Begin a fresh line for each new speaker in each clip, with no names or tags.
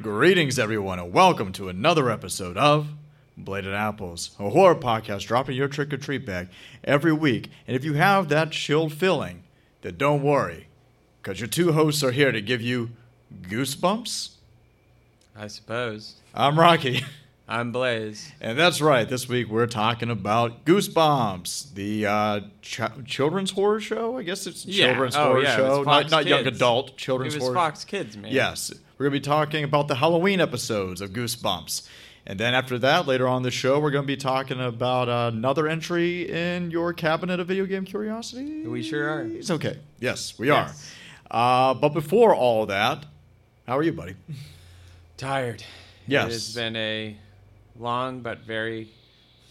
Greetings, everyone, and welcome to another episode of Bladed Apples, a horror podcast dropping your trick or treat bag every week. And if you have that chilled feeling, then don't worry, because your two hosts are here to give you goosebumps.
I suppose.
I'm Rocky.
I'm Blaze.
And that's right. This week we're talking about Goosebumps, the uh, ch- children's horror show. I guess it's
Yeah.
children's
Oh,
horror
yeah, it was
show, not
Fox
not young
Kids.
adult
It
children's
was
horror.
Fox Kids, man.
Yes, we're gonna be talking about the Halloween episodes of Goosebumps, and then after that, later on the show, we're gonna be talking about another entry in your cabinet of video game curiosities.
We sure are.
It's okay. Yes, we
Yes.
are. Uh, but before all that, how are you, buddy?
Tired.
Yes.
It has been a long but very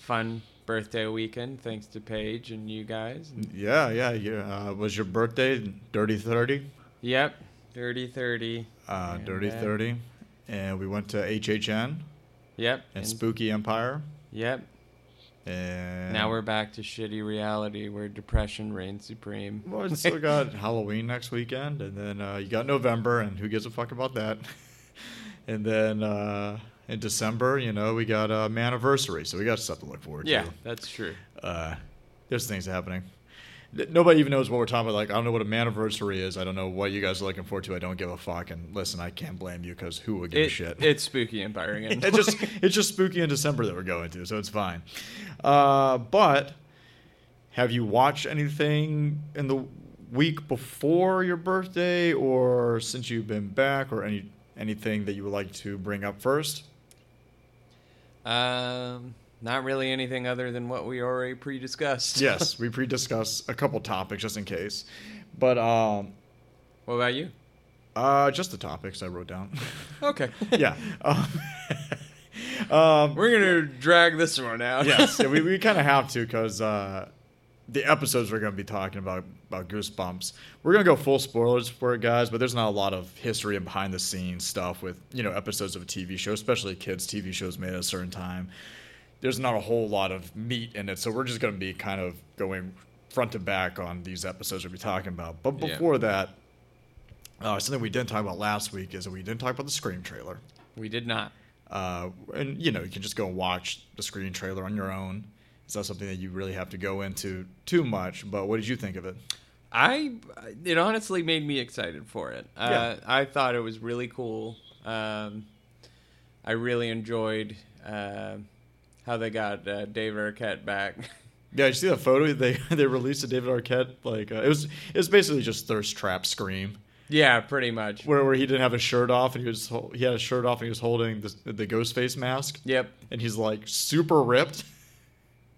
fun birthday weekend, thanks to Paige and you guys.
Yeah, yeah, yeah. Uh, was your birthday dirty thirty?
Yep. 30 30.
uh,
And,
Dirty
uh,
Thirty, and we went to HHN and,
Yep.
Spooky Empire,
Yep.
and
Now we're back to shitty reality where depression reigns supreme.
well, we still got Halloween next weekend, and then uh, you got November, and who gives a fuck about that? and then uh, in December, you know, we got uh, anniversary, so we got stuff to look forward
yeah,
to.
that's true.
uh, there's things happening. Th- Nobody even knows what we're talking about. Like, I don't know what a maniversary is. I don't know what you guys are looking forward to. I don't give a fuck. And listen, I can't blame you because who would give a
It,
shit?
It's spooky and Byron.
it's just it's just spooky in December that we're going to, so it's fine. Uh, but have you watched anything in the week before your birthday, or since you've been back, or any anything that you would like to bring up first?
um, not really anything other than what we already pre discussed.
Yes, we pre-discussed a couple topics just in case, but um,
what about you?
uh, just the topics I wrote down.
Okay.
yeah. Um, um,
We're gonna drag this one out.
yes, yeah, we, we kind of have to because uh, the episodes we're going to be talking about about Goosebumps, we're going to go full spoilers for it, guys. But there's not a lot of history and behind the scenes stuff with you know episodes of a TV show, especially kids' TV shows made at a certain time. There's not a whole lot of meat in it, so we're just going to be kind of going front to back on these episodes we'll be talking about. But
Yeah.
before that. Uh, something we didn't talk about last week is that we didn't talk about the Scream trailer
we did not.
uh, and you know you can just go and watch the screen trailer on your own. It's not something that you really have to go into too much. But what did you think of it?
I it honestly made me excited for it. Uh, I thought it was really cool. Um, I really enjoyed uh, how they got uh, Dave Arquette back.
Yeah, you see that photo they they released of David Arquette. Like uh, it was it was basically just thirst trap scream
yeah, pretty much.
where where he didn't have a shirt off and he was hol- he had a shirt off and he was holding the the ghost face mask
Yep.
and he's like super ripped.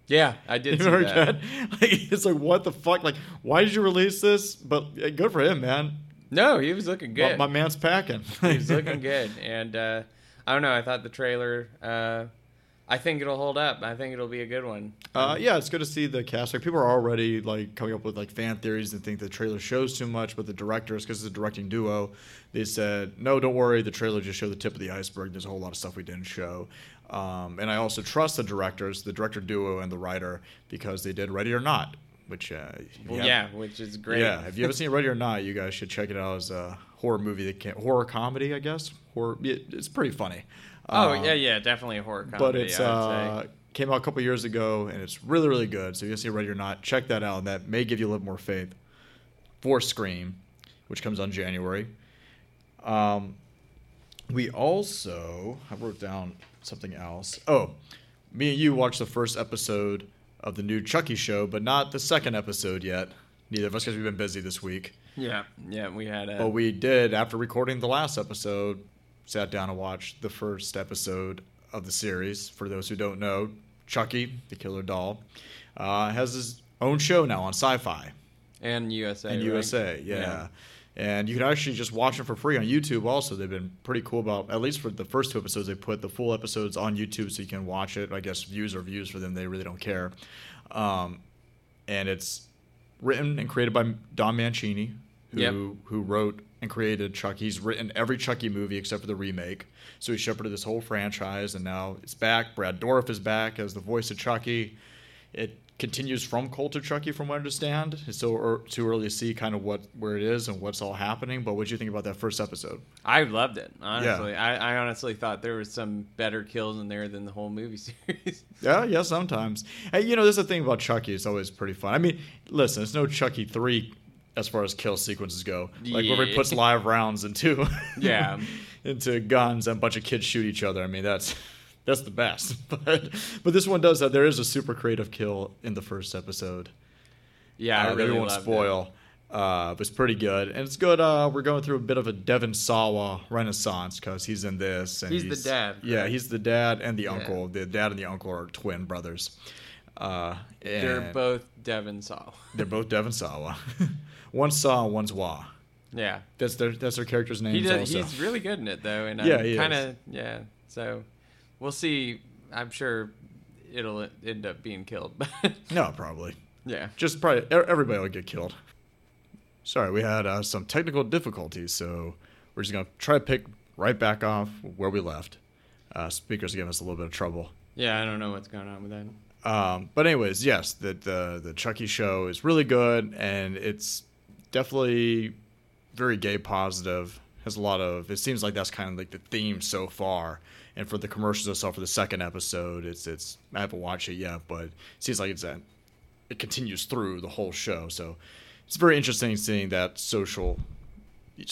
Yeah, I did see
David
that.
Arquette. Like, it's like what the fuck? Like why did you release this? But uh, good for him, man.
No, he was looking
My,
good.
my man's packing.
He's looking good, and uh, I don't know. I thought the trailer. Uh, I think it'll hold up. I think it'll be a good one.
Uh, yeah, it's good to see the cast. Like people are already like coming up with like fan theories and think the trailer shows too much, but the directors, because it's a directing duo, they said no, don't worry, the trailer just showed the tip of the iceberg. There's a whole lot of stuff we didn't show, um, and I also trust the directors, the director duo, and the writer because they did Ready or Not, which uh, if you
Well,
have-
yeah, which is great.
yeah. If you haven't seen Ready or Not, you guys should check it out as a horror movie that can horror comedy, I guess. Horror, it, it's pretty funny.
Oh
Um,
yeah, yeah, definitely a horror comedy.
but it's
I would
uh,
say.
came out a couple years ago and it's really really good. So if you see Ready or Not, check that out. That may give you a little more faith for Scream, which comes on January. Um, we also I wrote down something else. Oh, me and you watched the first episode of the new Chucky show, but not the second episode yet. Neither of us because we've been busy this week.
yeah, yeah. We had uh, a
But we did, after recording the last episode, sat down and watched the first episode of the series. For those who don't know, Chucky, the killer doll, uh, has his own show now on Sci Fi
and USA
and
right?
USA. Yeah. And you can actually just watch them for free on YouTube also. They've been pretty cool about, at least for the first two episodes, they put the full episodes on YouTube so you can watch it. I guess views are views for them, they really don't care. Um, and it's written and created by Don Mancini, who
Yep.
who wrote and created Chucky. He's written every Chucky movie except for the remake. So he shepherded this whole franchise, and now it's back. Brad Dorff is back as the voice of Chucky. E. It continues from Colt to Chucky, E, from what I understand. It's so er, too early to see kind of what where it is and what's all happening. But what do you think about that first episode?
I loved it. Honestly, I, I honestly thought there was some better kills in there than the whole movie series.
Yeah, yeah, sometimes. Hey, you know, there's a thing about Chucky. It's always pretty fun. I mean, listen, it's no Chucky three as far as kill sequences go. Like where he
Yeah.
puts live rounds into
Yeah.
into guns and a bunch of kids shoot each other. I mean, that's that's the best. But but this one does that. There is a super creative kill in the first episode.
yeah, I
Uh,
really
we won't
loved it.
spoil. Uh, but it's pretty good, and it's good. Uh, we're going through a bit of a Devon Sawa renaissance because he's in this. And
He's the dad,
Yeah,
right?
he's the dad and the uncle. The dad and the uncle are twin brothers. Uh, and
They're both Devon Saw.
they're both Devon Sawa. one's Saw, one's Wa.
Yeah,
That's their that's their character's
he
names.
does,
also.
he's really good in it though, and
Yeah,
I'm
he
kind of yeah. So we'll see. I'm sure it'll end up being killed, but
No, probably.
yeah.
Just probably e- everybody will get killed. Sorry, we had uh, some technical difficulties, so we're just gonna try to pick right back off where we left. Uh, speakers are giving us a little bit of trouble.
Yeah, I don't know what's going on with that.
Um, but anyways, yes, the, the the Chucky show is really good, and it's definitely very gay positive. Has a lot of. It seems like that's kind of like the theme so far. And for the commercials I saw for the second episode, it's it's I haven't watched it yet, but it seems like it's that it continues through the whole show. So it's very interesting seeing that social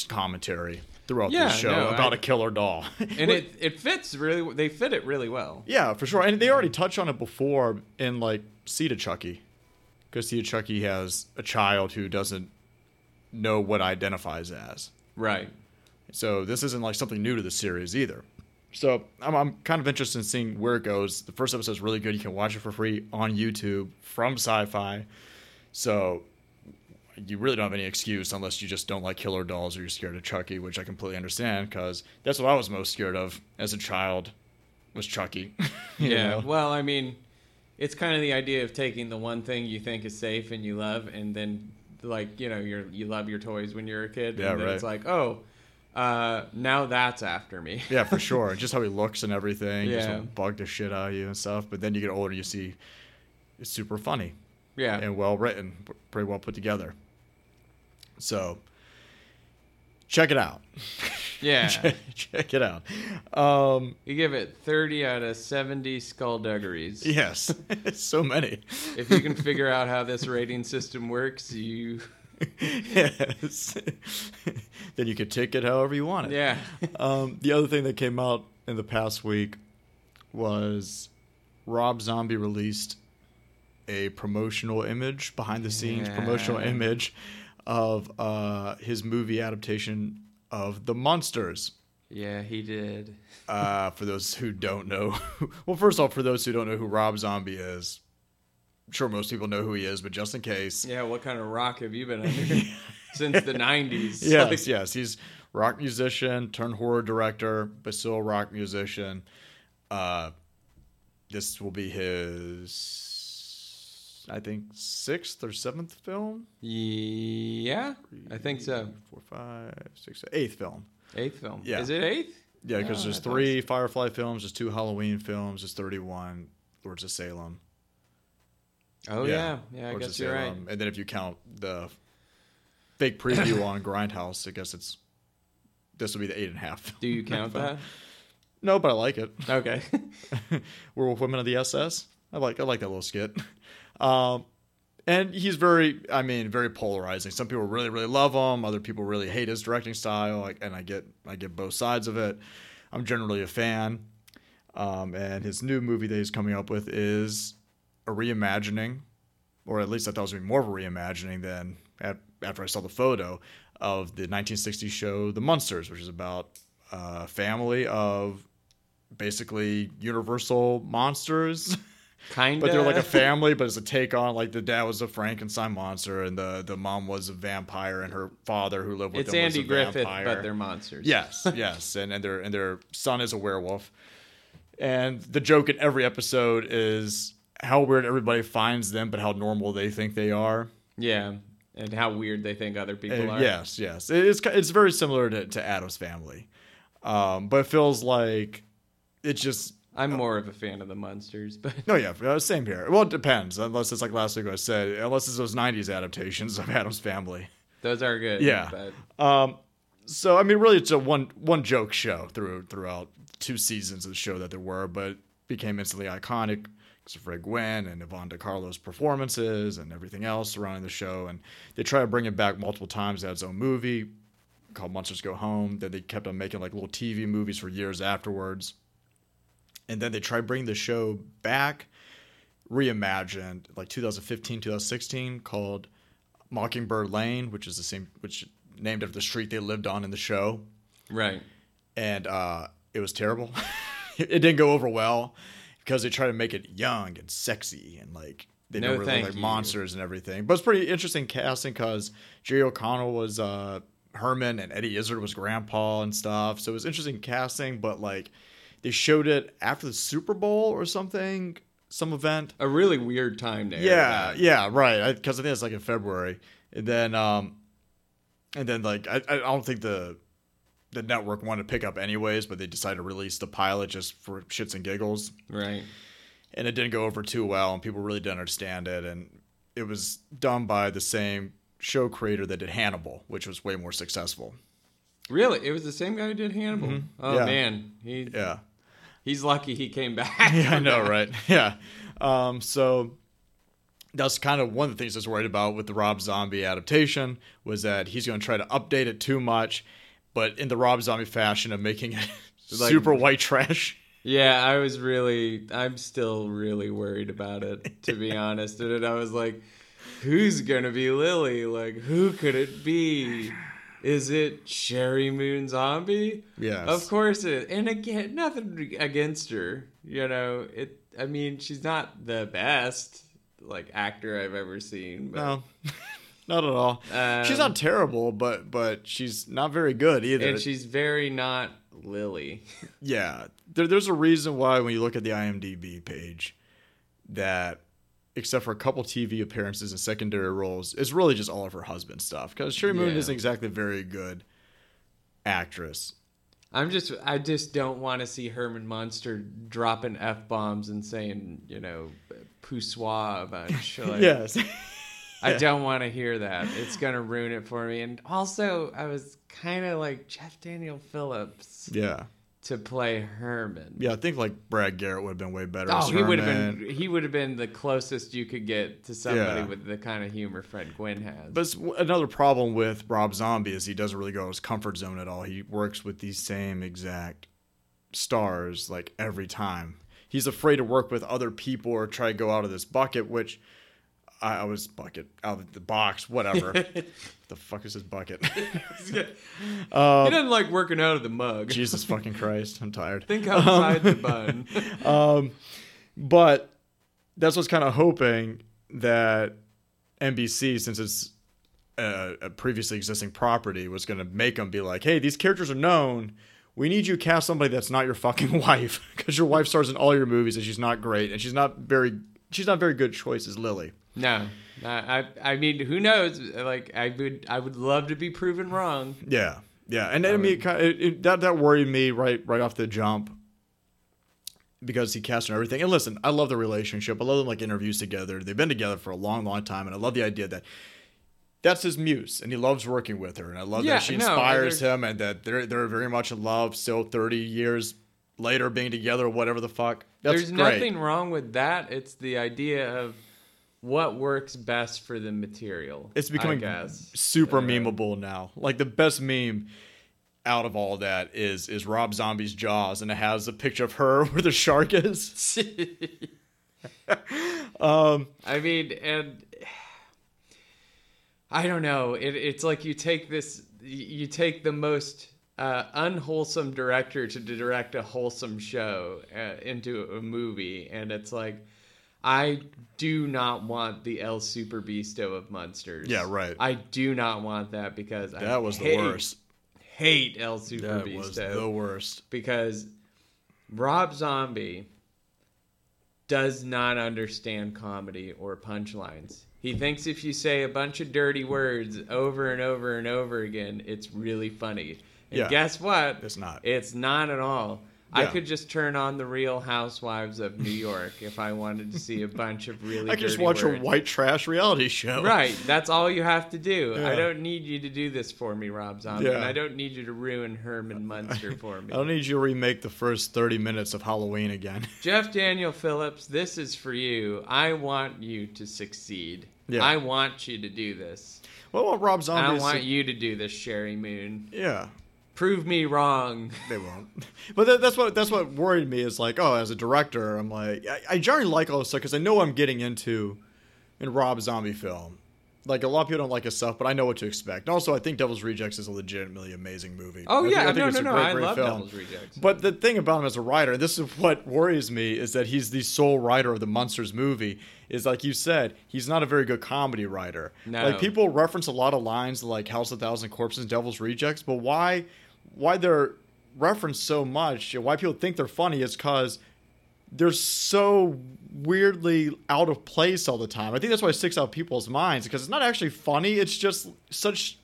commentary throughout
Yeah,
the show
no,
about
I-
a killer doll.
And it it fits really. They fit it really well.
Yeah, for sure. And they already touched on it before in like Seed of Chucky. Because Seed of Chucky has a child who doesn't know what identifies as.
Right.
So this isn't like something new to the series either. So I'm, I'm kind of interested in seeing where it goes. The first episode's really good. You can watch it for free on YouTube from sci fi. So you really don't have any excuse unless you just don't like killer dolls or you're scared of Chucky, which I completely understand because that's what I was most scared of as a child was Chucky. You
Yeah.
know?
Well, I mean, it's kind of the idea of taking the one thing you think is safe and you love, and then like you know you you love your toys when you're a kid.
Yeah,
And then
right.
It's like oh, uh, now that's after me.
Yeah, for sure. Just how he looks and everything. Yeah. Just
Yeah.
will bug the shit out of you and stuff. But then you get older, you see it's super funny
yeah.
and well written, pretty well put together. So check it out.
Yeah.
check it out. Um,
you give it 30 out of 70 skullduggeries.
yes, so many.
If you can figure out how this rating system works, you.
yes. then you can take it however you want it.
Yeah.
Um, the other thing that came out in the past week was Rob Zombie released a promotional image, behind the scenes promotional
Yeah.
image of uh, his movie adaptation of The Monsters.
Yeah, he did.
Uh, for those who don't know, well, first off, for those who don't know who Rob Zombie is, I'm sure most people know who he is, but just in case,
Yeah, what kind of rock have you been under since the 90s?
Yes,
Like,
yes. He's rock musician, turned horror director, but still rock musician. Uh, this will be his, I think, sixth or seventh film.
yeah, I think so.
Three, Four, five, six, eighth film.
Eighth film.
Yeah.
Is it eighth?
Yeah, because
Yeah,
there's
I thought
three Firefly films, there's two Halloween films, there's 31 Lords of Salem.
Oh, yeah. Yeah, I
Lords of
guess you're right.
Salem. And then if you count the fake preview on Grindhouse, I guess it's this will be the eight and a half.
Do you count that?
No, but I like it.
Okay.
Werewolf Women of the SS. I like I like that little skit. Um, and he's very, I mean, very polarizing. Some people really, really love him. Other people really hate his directing style. Like, and I get, I get both sides of it. I'm generally a fan. Um, and his new movie that he's coming up with is a reimagining, or at least I thought it was gonna be more of a reimagining than at, after I saw the photo of the 1960s show The Munsters, which is about a family of basically universal monsters.
kind of.
But they're like a family, but it's a take on like the dad was a Frankenstein monster and the the mom was a vampire and her father who lived with
It's
them was
Andy
a
Griffith,
vampire.
but they're monsters.
yes, yes, and and their and their son is a werewolf. And the joke in every episode is how weird everybody finds them, but how normal they think they are.
Yeah. And how weird they think other people
Uh,
are.
Yes, yes. It- It's ki- it's very similar to, to Adam's Family, um, but it feels like it's just
I'm more of a fan of the monsters, but
No, yeah, uh, same here. Well, it depends. Unless it's like last week I said, unless it's those '90s adaptations of Adam's Family.
those are good.
Yeah.
But
Um, so I mean, really, it's a one one joke show through throughout two seasons of the show that there were, but became instantly iconic because of Fred Gwynn and Yvonne DiCarlo's performances and everything else surrounding the show. And they try to bring it back multiple times. It had its own movie called Monsters Go Home. That they kept on making like little TV movies for years afterwards. And then they tried bringing the show back, reimagined, like 2015, 2016, called Mockingbird Lane, which is the same, which named after the street they lived on in the show,
right.
and uh, it was terrible. it didn't go over well because they tried to make it young and sexy and like they
No,
never looked
thank
like
you.
monsters and everything. But it's pretty interesting casting because Jerry O'Connell was uh, Herman and Eddie Izzard was Grandpa and stuff. So it was interesting casting, but like they showed it after the Super Bowl or something, some event.
A really weird time to air
Yeah,
that.
yeah, right. Because I, think it's like in February, and then um, and then like I, I don't think the the network wanted to pick up anyways, but they decided to release the pilot just for shits and giggles,
Right.
and it didn't go over too well, and people really didn't understand it, and it was done by the same show creator that did Hannibal, which was way more successful.
Really, it was the same guy who did Hannibal.
Mm-hmm.
Oh
Yeah.
man, he
Yeah.
he's lucky he came back.
yeah, I know, right? Yeah. Um, so that's kind of one of the things I was worried about with the Rob Zombie adaptation was that he's going to try to update it too much, but in the Rob Zombie fashion of making it
Like-
super white trash.
Yeah, I was really, I'm still really worried about it, to be honest. And I was like, who's going to be Lily? Like, who could it be? Is it Sherry Moon Zombie?
Yes.
Of course it is. And again, nothing against her. You know, it, I mean, she's not the best, like, actor I've ever seen. But,
No, not at all.
Um,
she's not terrible, but but she's not very good either.
And she's very not Lily.
yeah, there, there's a reason why when you look at the IMDb page, that except for a couple TV appearances and secondary roles, it's really just all of her husband stuff. Because Sherry Moon
Yeah.
isn't exactly a very good actress.
I'm just I just don't want to see Herman Monster dropping f bombs and saying you know poussoir a bunch. Like,
yes,
I don't want to hear that. It's gonna ruin it for me. And also, I was kind of like Jeff Daniel Phillips
yeah,
to play Herman.
yeah. I think like Brad Garrett would have been way better.
Oh,
as
he would have
Herman.
been he would have been the closest you could get to somebody
Yeah.
with the kind of humor Fred Gwynn has.
But it's w- another problem with Rob Zombie is he doesn't really go out of his comfort zone at all. He works with these same exact stars like every time. He's afraid to work with other people or try to go out of this bucket, which I, I was bucket out of the box, whatever. what the fuck is this bucket?
he
um,
doesn't like working out of the mug.
Jesus fucking Christ, I'm tired.
Think outside the
um,
bun.
But that's what's kind of hoping that NBC, since it's a, a previously existing property, was going to make them be like, hey, these characters are known. We need you to cast somebody that's not your fucking wife because your wife stars in all your movies and she's not great and she's not very she's not very good choice as Lily.
No, no, I I mean, who knows? Like, I would I would love to be proven wrong.
Yeah, yeah, and I mean, it, kind- it, it- that that worried me right right off the jump because he cast her and everything. And listen, I love the relationship. I love them like interviews together. They've been together for a long, long time, and I love the idea that that's his muse, and he loves working with her, and I love
Yeah,
that she
no,
inspires
they're-
him, and that they're they're very much in love still, thirty years later, being together, whatever the fuck. That's
There's
great.
nothing wrong with that. It's the idea of what works best for the material.
It's becoming
I guess.
super memeable now. Like the best meme out of all that is is Rob Zombie's Jaws, and it has a picture of her where the shark is. Um,
I mean, and I don't know. It, it's like you take this, you take the most uh, unwholesome director to direct a wholesome show uh, into a movie, and it's like, I do not want the El Super Bisto of monsters.
Yeah, right.
I do not want that because I
That was the
hate-
worst.
Hate El Super
That
Bisto
was the worst.
because Rob Zombie does not understand comedy or punchlines. He thinks if you say a bunch of dirty words over and over and over again, it's really funny. And
Yeah.
guess what?
It's not.
It's not at all. I
Yeah.
could just turn on the Real Housewives of New York if I wanted to see a bunch of really.
I can just
dirty
watch
words.
a white trash reality show.
Right, that's all you have to do. I
Yeah.
don't need you to do this for me, Rob Zombie.
Yeah.
And I don't need you to ruin Herman Munster for me.
I don't need you to remake the first 30 minutes of Halloween again.
Jeff Daniel Phillips, this is for you. I want you to succeed.
Yeah.
I want you to do this.
Well, what Rob Zombie?
I
is-
want you to do this, Sherry Moon.
Yeah,
Prove me wrong.
they won't. But that, that's what that's what worried me is like, oh, as a director, I'm like, I, I generally like all this stuff because I know what I'm getting into in Rob Zombie film. Like a lot of people don't like his stuff, but I know what to expect. And also, I think Devil's Rejects is a legitimately amazing movie. I
Oh
think- I
yeah,
think
no,
it's
no,
a
no.
great,
I
great
love
film.
Devil's Rejects.
But the thing about him as a writer, and this is what worries me, is that he's the sole writer of the Munsters movie. Is like you said, he's not a very good comedy writer.
No.
Like people reference a lot of lines like House of Thousand Corpses, Devil's Rejects, but why why they're referenced so much and why people think they're funny is because they're so weirdly out of place all the time. I think that's why it sticks out people's minds because it's not actually funny. It's just such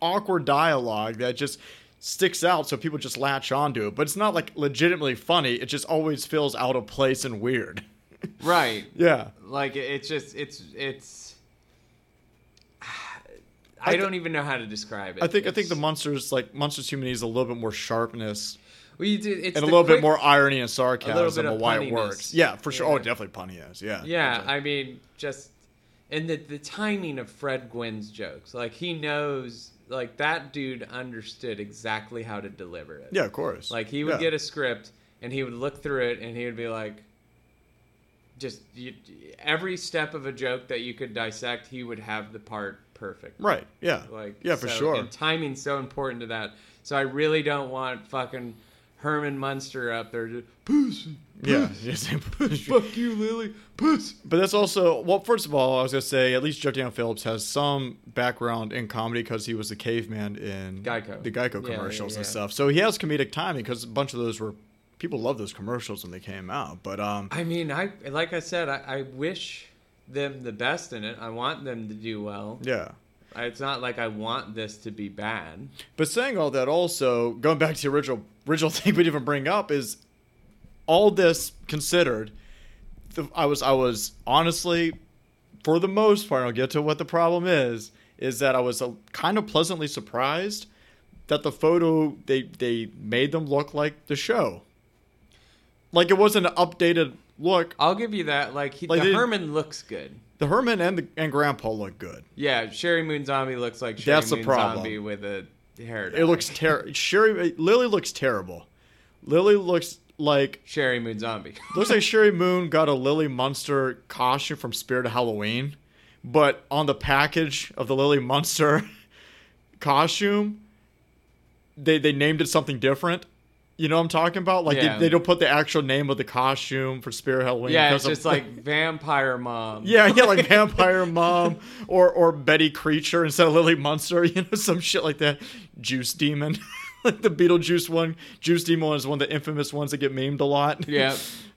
awkward dialogue that just sticks out, so people just latch onto it. But it's not like legitimately funny. It just always feels out of place and weird.
right.
Yeah,
Like it- it's just it's it's
I
I,
th-
don't even know how to describe it.
I think I think
It's-
the monsters like monsters human needs a little bit more sharpness
well, you do,
and
it's
a
the
little
quick-
bit more irony and
little bit
sarcasm
of
of why
punniness.
it works. Yeah, for sure.
Yeah.
Oh, definitely punniness. Yeah.
Yeah,
Definitely.
I mean, just and the the timing of Fred Gwynn's jokes. Like he knows, like that dude understood exactly how to deliver it.
yeah, of course.
Like he would
Yeah.
get a script and he would look through it and he would be like, just you, every step of a joke that you could dissect, he would have the part perfect.
right. Yeah.
Like
yeah, for
so-
sure.
And timing's so important to that. So I really don't want fucking Herman Munster up there. Just, pussy,
Yeah.
fuck you, Lily, pussy.
but that's also well. First of all, I was gonna say at least Jeff Daniel Phillips has some background in comedy because he was the caveman in
Geico.
the Geico
Yeah, yeah,
commercials and
yeah.
stuff. So he has comedic timing because a bunch of those were people loved those commercials when they came out. But um,
I mean, I like I said, I, I wish them the best in it. I want them to do well.
yeah.
I- It's not like I want this to be bad.
But saying all that, also going back to the original original thing we didn't even bring up is all this considered. The, I was I was honestly, for the most part, I'll get to what the problem is. Is that I was uh, kind of pleasantly surprised that the photo they they made them look like the show. Like it wasn't an updated look.
I'll give you that. Like, he,
Like,
the
they-
Herman looks good.
The Herman and the and Grandpa look good.
Yeah, Sherry Moon Zombie looks like Sherry
That's the
Moon
problem.
Zombie with a hair. dye.
It looks terrible. Sherry Lily looks terrible. Lily looks like
Sherry Moon Zombie.
Looks like Sherry Moon got a Lily Munster costume from Spirit of Halloween, but on the package of the Lily Munster costume, they they named it something different. You know what I'm talking about? Like
Yeah.
they, they don't put the actual name of the costume for Spirit of Halloween.
yeah,
because
it's
of-
just like Vampire Mom.
yeah, yeah, like Vampire Mom or or Betty Creature instead of Lily Munster, you know, some shit like that. Juice Demon, like the Beetlejuice one. Juice Demon is one of the infamous ones that get memed a lot.
Yeah.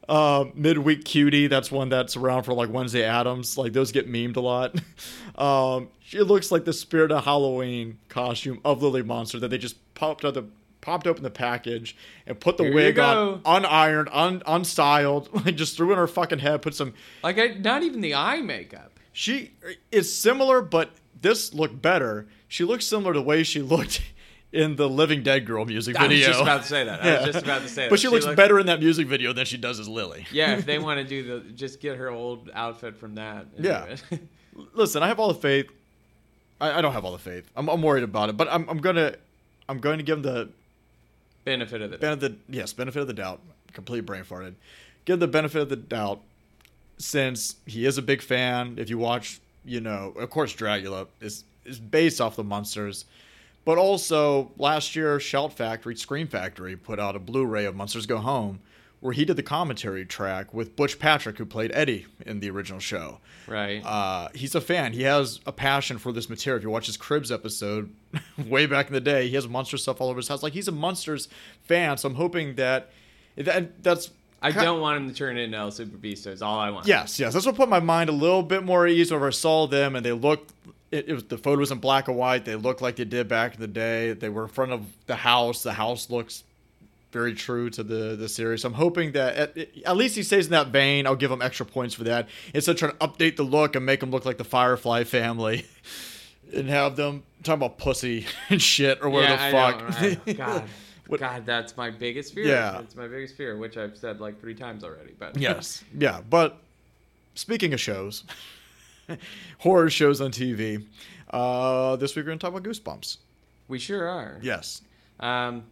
Uh, Midweek Cutie, that's one that's around for like Wednesday Adams. Like those get memed a lot. Um, it looks like the Spirit of Halloween costume of Lily Monster that they just popped out the popped open the package and put the
Here you
wig
go.
on unironed, un, unstyled, like just threw it in her fucking head, put some
Like, I, not even the eye makeup.
she is similar, but this looked better. She looks similar to the way she looked in the Living Dead Girl music
I
video.
was just about to say that. I
Yeah.
was just about to say that.
But she, looks better in that music video than she does as Lily.
Yeah, if they want to do the, just get her old outfit from that. and
Yeah.
do it.
Listen, I have all the faith. I, I don't have all the faith. I'm, I'm worried about it, but I'm, I'm gonna, I'm going to give them the
benefit of the doubt.
benefit. Yes, benefit of the doubt. Completely brain farted. Give the benefit of the doubt, since he is a big fan. If you watch, you know, of course, Dracula is is based off the monsters, but also last year, Shout Factory, Scream Factory put out a Blu-ray of Monsters Go Home, where he did the commentary track with Butch Patrick, who played Eddie in the original show
Right.
uh, he's a fan. He has a passion for this material. If you watch his Cribs episode way back in the day, he has monster stuff all over his house. Like he's a monsters fan. So I'm hoping that, that that's
I
ki-
don't want him to turn into El Super Beast. Is all I want.
Yes, yes. That's what put my mind a little bit more at ease whenever I saw them and they looked. It, it was the photo was in black and white. They looked like they did back in the day. They were in front of the house. The house looks very true to the the series. I'm hoping that at, at least he stays in that vein. I'll give him extra points for that instead of trying to update the look and make him look like the Firefly family, and have them talking about pussy and shit or whatever the fuck.
I know, I know. God.
What-
God, that's my biggest fear.
Yeah.
It's my biggest fear, which I've said like three times already. But
Yes. Yeah. But speaking of shows, horror shows on TV, uh, this week we're going to talk about Goosebumps.
we sure are.
Yes.
Um,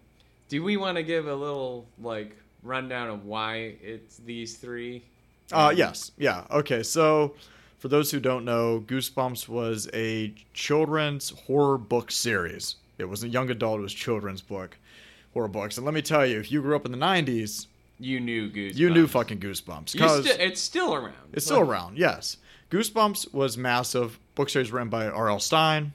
do we want to give a little like rundown of why it's these three?
Uh, yes. Yeah. Okay. So, for those who don't know, Goosebumps was a children's horror book series. It wasn't young adult, it was children's book, horror books. And let me tell you, if you grew up in the 90s,
You knew Goosebumps.
you knew fucking Goosebumps.
You
'cause-
sti- it's still around.
It's still around, yes. Goosebumps was massive. Book series written by R.L. Stein.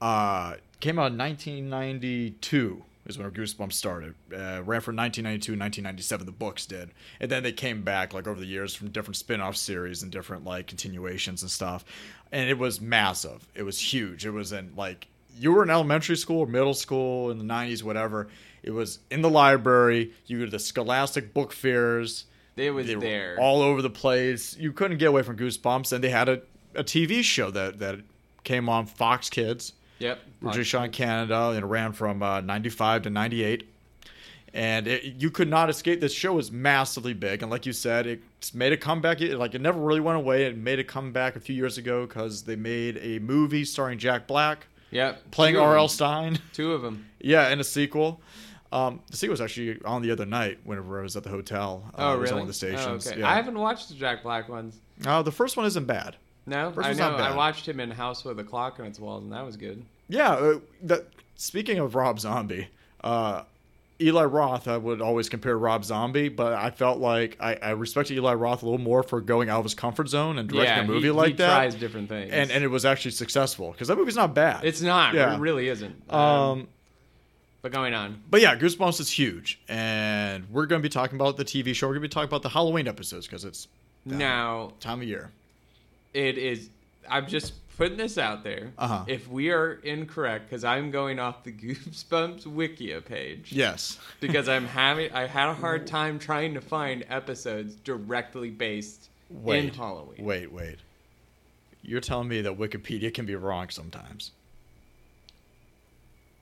Uh, came out in 1992 is when Goosebumps started. Uh, ran from 1992 1997, the books did. And then they came back, like, over the years from different spin-off series and different, like, continuations and stuff. And it was massive. It was huge. It was in, like... You were in elementary school, or middle school, in the 90s, whatever. It was in the library. You go to the Scholastic Book Fairs
It was
they were
there.
all over the place. You couldn't get away from Goosebumps, and they had a, a TV show that that came on Fox Kids,
yep.
which is on Canada, and it ran from uh, ninety five to ninety eight. And it, you could not escape. This show was massively big, and like you said, it made a comeback. It, like it never really went away. It made a comeback a few years ago because they made a movie starring Jack Black
Yep.
playing
Two of
R.L.
them.
Stein.
Two of them.
Yeah, and a sequel. Um, the sequel was actually on the other night whenever I was at the hotel. Uh,
Oh,
it was
really?
on one of the stations.
Oh, okay.
Yeah.
I haven't watched the Jack Black ones.
Uh, the first one isn't bad.
No,
First
I
one's
know.
not
I
bad.
watched him in House with a Clock on its Walls, and that was good.
Yeah. Uh, that, speaking of Rob Zombie, uh, Eli Roth, I would always compare Rob Zombie, but I felt like I, I respected Eli Roth a little more for going out of his comfort zone and directing
yeah,
a movie
he,
like
he
that.
tries different things,
and and it was actually successful because that movie's not bad.
it's not.
Yeah.
It really isn't.
um,
but going on.
but yeah, Goosebumps is huge, and we're going to be talking about the TV show. We're going to be talking about the Halloween episodes because it's that
Now
time of year.
it is. I'm just putting this out there.
Uh-huh.
If we are incorrect, because I'm going off the Goosebumps Wikia page.
Yes.
Because I'm having, I had a hard time trying to find episodes directly based in
Wait.
Halloween.
Wait, wait. You're telling me that Wikipedia can be wrong sometimes.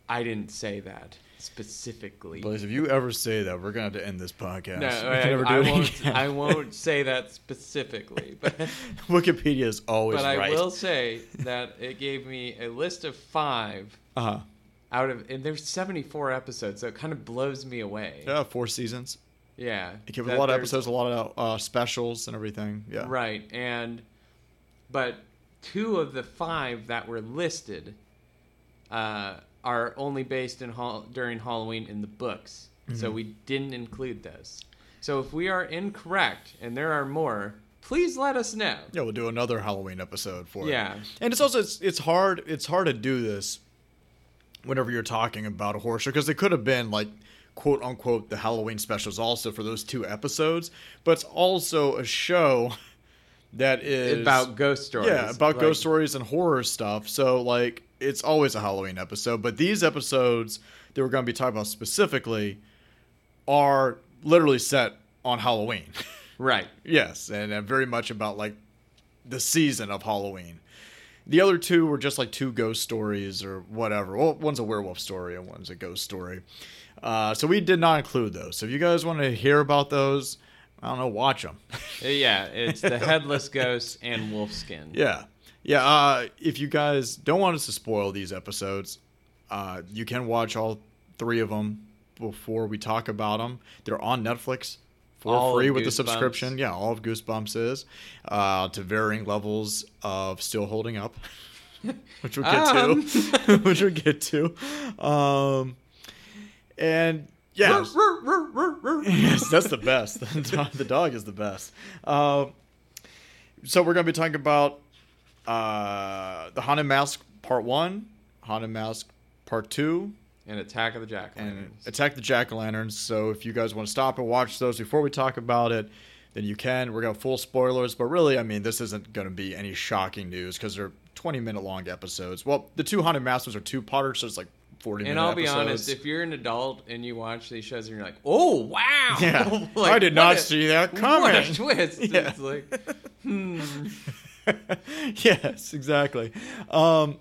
I didn't say that specifically.
Blaze, if you ever say that, we're gonna have to end this podcast.
no,
we
I,
can never do
I
it
won't.
again.
I won't say that specifically, but
Wikipedia is always
but I
right.
will say that it gave me a list of five
Uh-huh.
out of, and there's 74 episodes, so it kind of blows me away.
Yeah, four seasons.
Yeah,
It gave a
that
lot of
there's-
episodes, a lot of uh, specials and everything. Yeah.
Right, and but two of the five that were listed uh, are only based in hall- during Halloween in the books, so
Mm-hmm.
we didn't include those. So if we are incorrect and there are more, please let us know.
Yeah, we'll do another Halloween episode for it.
Yeah.
And it's also it's, it's hard it's hard to do this whenever you're talking about a horror show because they could have been like quote unquote the Halloween specials also for those two episodes, but it's also a show that is
About ghost stories.
Yeah, about
like-
ghost stories and horror stuff. So like it's always a Halloween episode, but these episodes that we're going to be talking about specifically are literally set on Halloween.
Right.
yes, and uh, very much about like the season of Halloween. The other two were just like two ghost stories or whatever. Well, one's a werewolf story and one's a ghost story. Uh, so we did not include those. So if you guys want to hear about those, I don't know, watch them.
Yeah, it's the headless ghost and wolfskin.
Yeah. Yeah. Uh, if you guys don't want us to spoil these episodes, uh, you can watch all three of them before we talk about them. They're on Netflix for
All of
free with the
Goosebumps.
subscription. Yeah. All of Goosebumps is uh, to varying levels of still holding up, which we'll get
Um.
to. which we'll get to. Um, and yeah. yes, that's the best. The dog, the dog is the best. Um, so we're going to be talking about uh, the Haunted Mask Part One, Haunted Mask Part Two,
And Attack of the Jack.
and Attack the Jack O' Lanterns. So if you guys want to stop and watch those before we talk about it, then you can. We're going to full spoilers, but really, I mean, this isn't going to be any shocking news because they're 20 minute long episodes. Well, the two Haunted Masks are two potters, so it's like forty.
And
minute
I'll be
episodes.
honest, if you're an adult and you watch these shows and you're like, "Oh wow,
Yeah.
Like,
I did
what
not
a-
see that
What a
coming.
twist!
Yeah.
It's like,
yes, exactly. Um,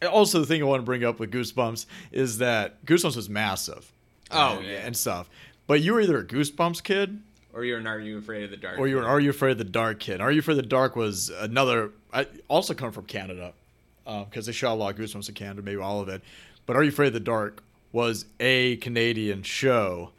and also, the thing I want to bring up with Goosebumps is that Goosebumps was massive.
Oh,
and,
yeah.
and stuff. But you were either a Goosebumps kid
or you're an Are You Afraid of the Dark?
or you were an Are You Afraid of the Dark kid. Are You Afraid of the Dark was another. I also come from Canada because they shot a lot of Goosebumps in Canada, maybe all of it. But Are You Afraid of the Dark was a Canadian show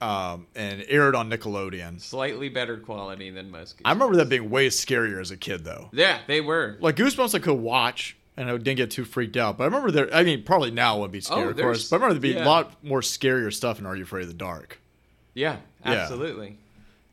um, and aired on Nickelodeon.
slightly better quality than most.
I remember that being way scarier as a kid, though.
Yeah, they were.
like Goosebumps I could watch and I didn't get too freaked out. But I remember there I mean probably now would be scary,
Oh,
of
there's-
course. But I remember there'd be
yeah.
a lot more scarier stuff in Are You Afraid of the Dark?
Yeah,
Yeah.
absolutely.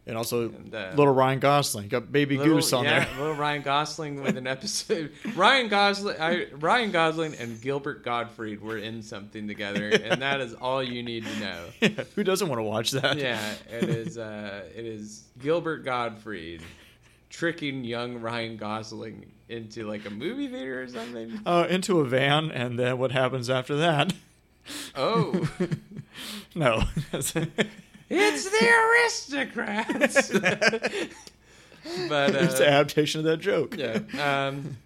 And also
And, uh,
little Ryan Gosling. Got baby
Little-
goose on
yeah,
there.
little Ryan Gosling with an episode. Ryan Gosling, I, Ryan Gosling, and Gilbert Gottfried were in something together, and that is all you need to know.
Who doesn't want to watch that?
Yeah, it is. Uh, it is Gilbert Gottfried tricking young Ryan Gosling into like a movie theater or something.
Uh, into a van and then what happens after that?
Oh,
no. That's-
it's the aristocrats. but uh,
it's an adaptation of that joke.
yeah. Um,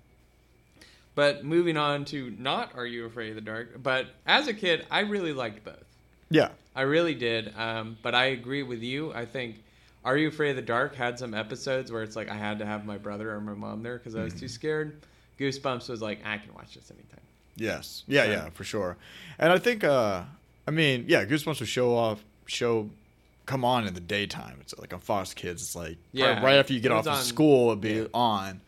but moving on to not Are You Afraid of the Dark? But as a kid, I really liked both.
Yeah.
I really did. Um, but I agree with you. I think Are You Afraid of the Dark had some episodes where it's like I had to have my brother or my mom there because I was
Mm-hmm.
too scared. Goosebumps was like, I can watch this anytime.
Yes. Yeah,
Yeah.
yeah, for sure. And I think uh I mean, yeah, Goosebumps would show off show come on in the daytime. It's like on Fox Kids, it's like
Yeah.
right, right after you get
It
off
was
of
on-
school it'd be
yeah.
on.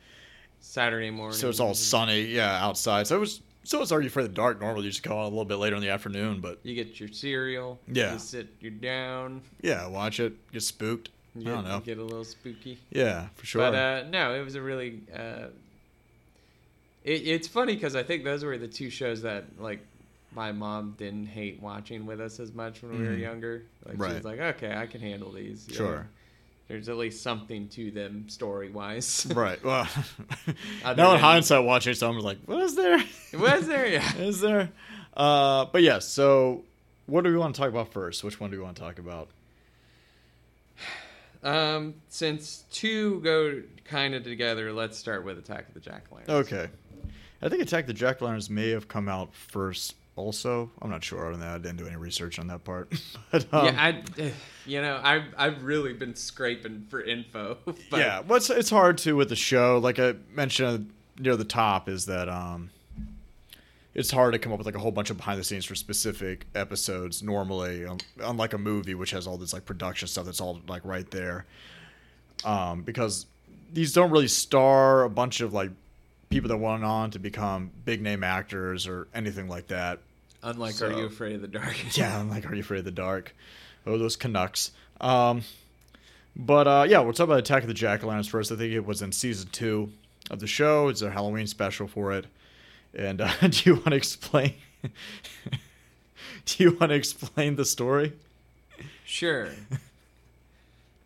Saturday morning.
So it's all sunny, yeah, outside. So it was so it's already for the dark normally you just go out a little bit later in the afternoon, but
You get your cereal.
Yeah.
You sit, you're down.
yeah, watch it, get spooked.
You
I
get,
don't know.
you get a little spooky.
yeah, for sure.
But uh, no, it was a really. Uh, it, it's funny because I think those were the two shows that like my mom didn't hate watching with us as much when we were
Mhm.
younger. Like she
Right.
was like, okay, I can handle these. you know.
Sure.
There's at least something to them story wise.
right. Well
Other
now in
than-
hindsight watching it, so I'm like, what is there?
was there? Yeah.
is there? Uh but yeah, so what do we want to talk about first? Which one do we want to talk about?
Um, since two go kind of together, let's start with Attack of the Jack O' Lanterns.
Okay. I think Attack the Jack Lanterns may have come out first also. I'm not sure on that. I didn't do any research on that part. but, um,
yeah, I, you know, I've I've really been scraping for info. But
yeah, well, it's, it's hard to with the show. Like I mentioned uh, near the top, is that um, it's hard to come up with like a whole bunch of behind the scenes for specific episodes normally, um, unlike a movie which has all this like production stuff that's all like right there. Um, because these don't really star a bunch of like people that went on to become big name actors or anything like that.
Unlike
So-
Are You Afraid of the Dark?
Yeah, I'm like, are you afraid of the dark? Oh, those Canucks. Um, but uh, yeah, we'll talk about Attack of the Jack O' Lanterns first. I think it was in season two of the show. It's their Halloween special for it. And uh, do you want to explain? do you want to explain the story?
Sure.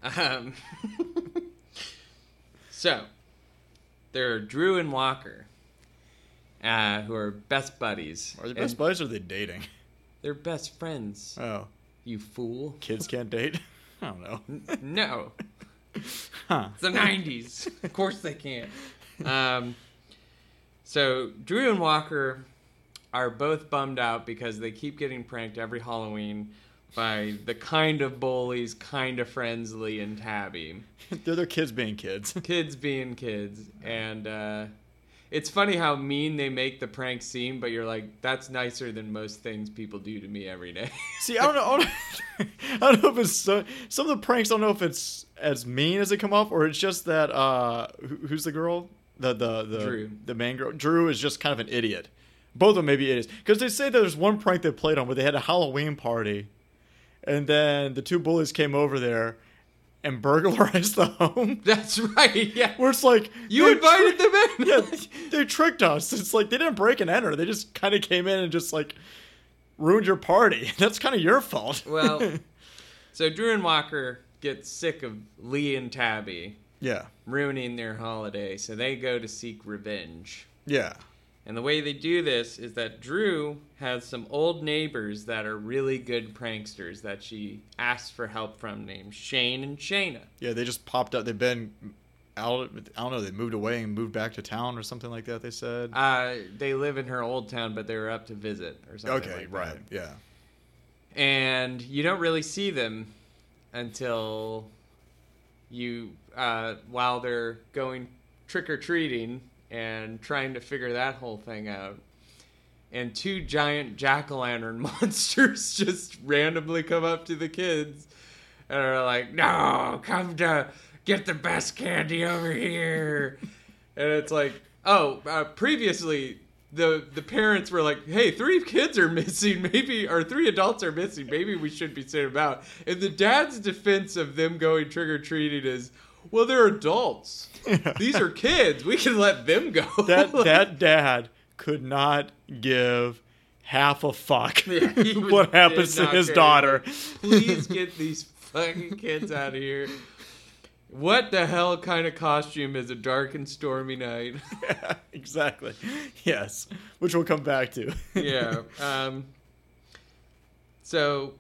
um, so, there are Drew and Walker, uh, who are best buddies.
Are they
and
best buddies or are they dating?
They're best friends,
Oh,
you fool.
kids can't date. I don't know.
No,
Huh.
it's the 90s. of course they can't. Um, so, Drew and Walker are both bummed out because they keep getting pranked every Halloween by the kind of bullies, kind of friendly, and Tabby.
They're their kids being kids.
kids being kids and uh, it's funny how mean they make the prank seem but you're like that's nicer than most things people do to me every day
See, I don't know. I don't, I don't know if it's so, some of the pranks. I don't know if it's as mean as they come off, or it's just that uh, who, who's the girl? The the the
Drew.
the main girl. Drew is just kind of an idiot. Both of them may be idiots because they say that there's one prank they played on where they had a Halloween party, and then the two bullies came over there and burglarized the home.
that's right yeah
Where it's like
you
they
invited
tri-
them in
yeah, they tricked us. It's like they didn't break and enter. They just kind of came in and just like ruined your party. That's kind of your fault.
well so drew and walker get sick of lee and tabby
Yeah.
ruining their holiday so they go to seek revenge
Yeah.
And the way they do this is that Drew has some old neighbors that are really good pranksters that she asks for help from, named Shane and Shayna.
Yeah, they just popped up. They've been out. I don't know. They moved away and moved back to town or something like that. They said.
Uh, they live in her old town, but they were up to visit or something.
okay,
like that.
right. Yeah.
and you don't really see them until you uh, while they're going trick or treating and trying to figure that whole thing out. And two giant jack o' lantern monsters just randomly come up to the kids and are like, "No, come to get the best candy over here." and it's like, oh, uh, previously the the parents were like, "Hey, three kids are missing. Maybe or three adults are missing. Maybe we should be sent them out." And the dad's defense of them going trick or treating is, "Well, they're adults. These are kids. We can let them go."
That that dad could not give half a fuck
Yeah, he was-
what happens
did
to
not
his
care.
daughter.
Please get these fucking kids out of here. What the hell kind of costume is a dark and stormy night?
exactly. Yes, which we'll come back to.
yeah. Um, so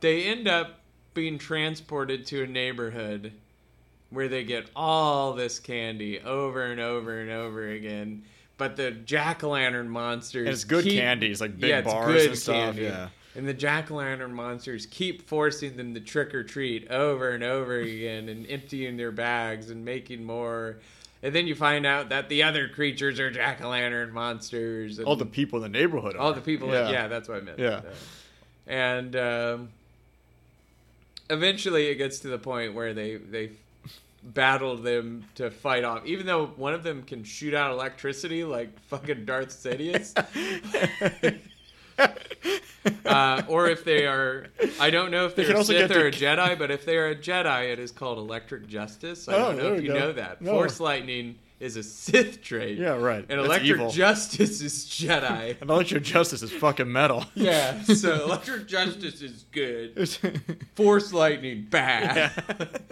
they end up being transported to a neighborhood where they get all this candy over and over and over again. But the jack o' lantern monsters.
And it's good
keep-
candy. It's like big
Yeah, it's
bars
good
and stuff.
candy.
Yeah.
And the jack o' lantern monsters keep forcing them to trick or treat over and over again and emptying their bags and making more. And then you find out that the other creatures are jack o' lantern monsters. And
All the people in the neighborhood.
all
are.
the people. Yeah, yeah that's what I meant.
Yeah.
and um, eventually, it gets to the point where they they battle them to fight off. Even though one of them can shoot out electricity like fucking Darth Sidious, uh, or if they are, I don't know if
They
they're
can
a
also
Sith
get to-
or a Jedi, but if they're a Jedi, it is called Electric Justice. I
Oh,
don't know
there
if
we
you
go.
know that.
No.
Force lightning is a Sith trait.
Yeah, right.
And
That's
Electric
evil.
Justice is Jedi.
And Electro Justice is fucking metal.
Yeah, so electric justice is good.
they
Force lightning bad.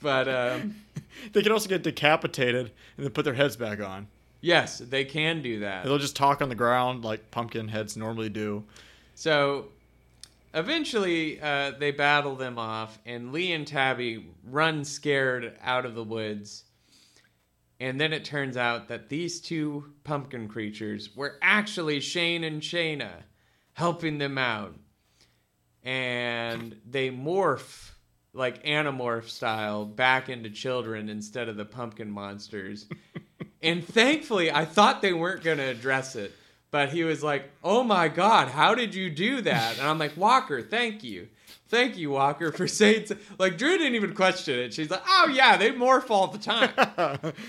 but um,
can also get decapitated and then put their heads back on.
yes, they can do
And
that.
they'll just talk on the ground like pumpkin heads normally do.
So eventually, uh, they battle them off, and Lee and Tabby run scared out of the woods. And then it turns out that these two pumpkin creatures were actually Shane and Shayna helping them out. and they morph like animorph style back into children instead of the pumpkin monsters. and thankfully, I thought they weren't going to address it, but he was like, "Oh my god, how did you do that?" And I'm like, "Walker, thank you." Thank you, Walker, for saying so-" like Drew didn't even question it. She's like, "Oh yeah, they morph all the time."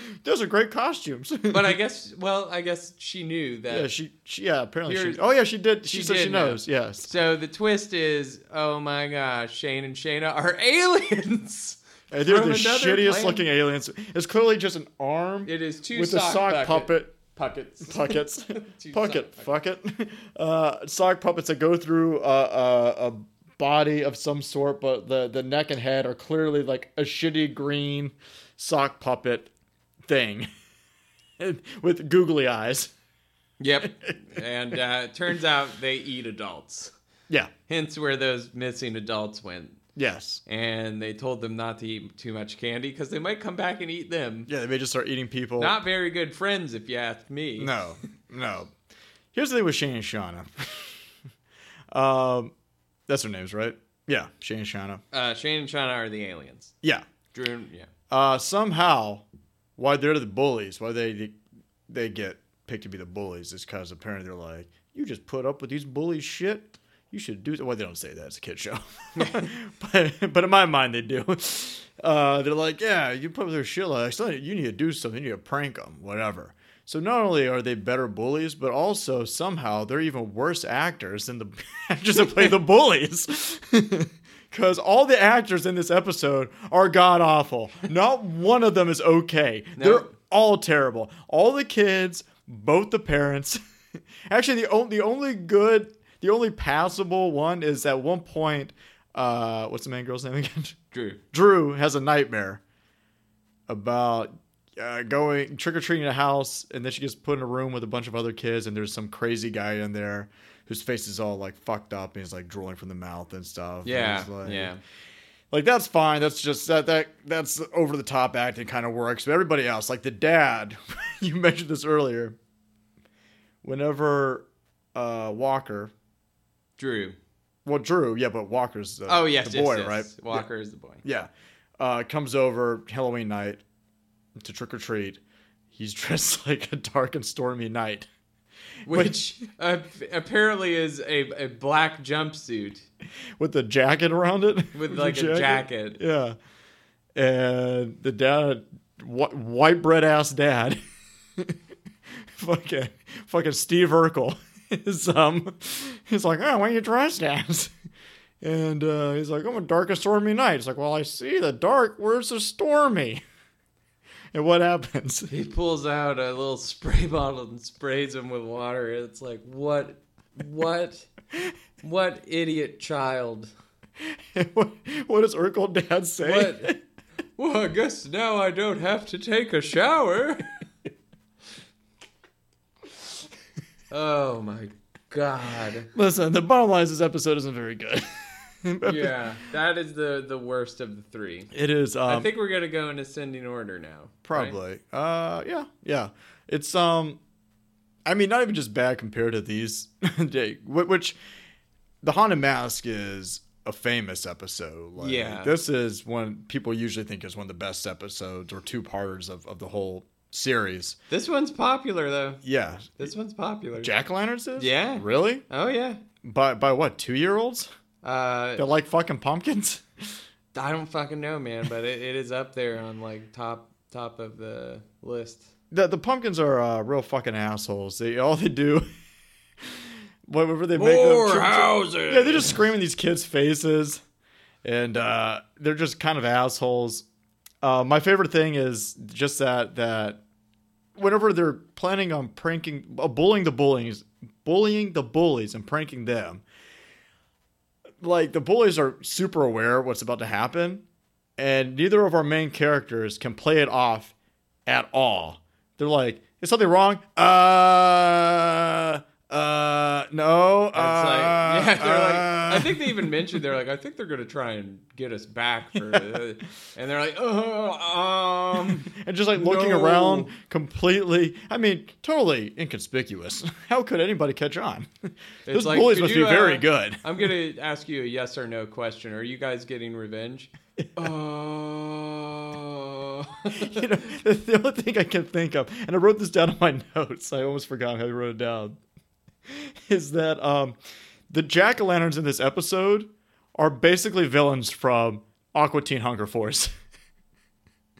Those are great costumes.
But I guess, well, I guess she knew that
yeah, she, she yeah, apparently she
Here's-
Oh yeah, she did. She,
she
said she
did know.
knows. Yes.
So the twist is, oh my gosh, Shane and Shayna are aliens.
And they're
from
the
another
shittiest
planet.
looking aliens. It's clearly just an arm
It is two
with
sock
a sock
bucket-
puppet
puckets.
puckets,
Two
pucket,
sock
fuck it, uh, sock puppets that go through a, a, a body of some sort, but the, the neck and head are clearly like a shitty green sock puppet thing with googly eyes.
Yep. And uh, it turns out they eat adults.
Yeah.
Hence where those missing adults went.
Yes.
And they told them not to eat too much candy because they might come back and eat them.
Yeah, they may just start eating people.
Not very good friends, if you ask me.
No, no. Here's the thing with Shane and Shauna. um, that's their names, right? Yeah, Shane and Shauna.
Uh, Shane and Shauna are the aliens.
Yeah.
Drew, and- yeah.
uh, somehow why they're the bullies, why they they get picked to be the bullies is because apparently they're like, you just put up with these bullies shit. You should do. Well, they don't say that. It's a kid show, but but in my mind they do. Uh, they're like, yeah, you put up with their shit. Like, so you need to do something. You need to prank them, whatever. So not only are they better bullies, but also somehow they're even worse actors than the actors that play the bullies. Because all the actors in this episode are god awful. Not one of them is okay. They're all terrible. All the kids, both the parents. Actually, the only the only good, the only passable one is at one point. Uh, what's the main girl's name again?
Drew.
Drew has a nightmare about uh, going trick or treating in a house, and then she gets put in a room with a bunch of other kids, and there's some crazy guy in there whose face is all like fucked up, and he's like drooling from the mouth and stuff. and
Yeah,
it's like-
yeah,
like that's fine. That's just that that that's over the top acting kind of works. But everybody else, like the dad, you mentioned this earlier. Whenever uh Walker,
Drew.
well Drew, yeah, but Walker's the,
Oh yes,
the boy,
yes, yes.
right?
Walker is the boy.
Yeah, uh, comes over Halloween night to trick or treat. He's dressed like a dark and stormy night.
which uh, apparently is a, a black jumpsuit
with a jacket around it.
With, like, a jacket.
Yeah. And the dad, wh- white bread ass dad, fucking, fucking Steve Urkel is um, he's like, oh, what are you dressed as? And uh, he's like, I'm a dark and stormy night. It's like, well, I see the dark. Where's the stormy? And what happens?
he pulls out a little spray bottle and sprays him with water it's like what what what idiot child
what, what does Urkel dad say?
what well i guess now i don't have to take a shower oh my god
Listen, the bottom line is this episode isn't very good.
yeah that is the the worst of the three
It is. Um,
i think we're gonna go in ascending order now right?
Probably. Uh yeah, yeah. It's um I mean not even just bad compared to these Jake, wh- which the Haunted Mask is a famous episode. Like,
Yeah.
This is one people usually think is one of the best episodes or two parters of, of the whole series.
This one's popular though.
Yeah.
This one's popular.
Jack Lanterns is?
Yeah.
Really?
Oh yeah.
By by what, two year olds?
Uh,
That like fucking pumpkins?
I don't fucking know, man, but it, it is up there on like top top of the list.
The the pumpkins are uh, real fucking assholes. They all they do whatever they make them trick-
houses.
Yeah, they're just screaming these kids' faces, and uh, they're just kind of assholes. Uh, my favorite thing is just that that whenever they're planning on pranking, uh, bullying the bullies, bullying the bullies, and pranking them, like the bullies are super aware of what's about to happen, and neither of our main characters can play it off at all. They're like, "Is something wrong?" Uh, uh, no.
It's like,
uh,
yeah, they're
uh."
like, I think they even mentioned they're like, I think they're gonna try and get us back for, the-" and they're like, oh, um,
and just like looking
No.
around completely i mean totally inconspicuous how could anybody catch on those
like,
bullies
could
must
you,
be very
uh,
good
I'm gonna ask you a yes or no question. Are you guys getting revenge? Uh, Oh,
you know the, the only thing i can think of and i wrote this down in my notes i almost forgot how i wrote it down is that um the jack-o'-lanterns in this episode are basically villains from aqua teen hunger force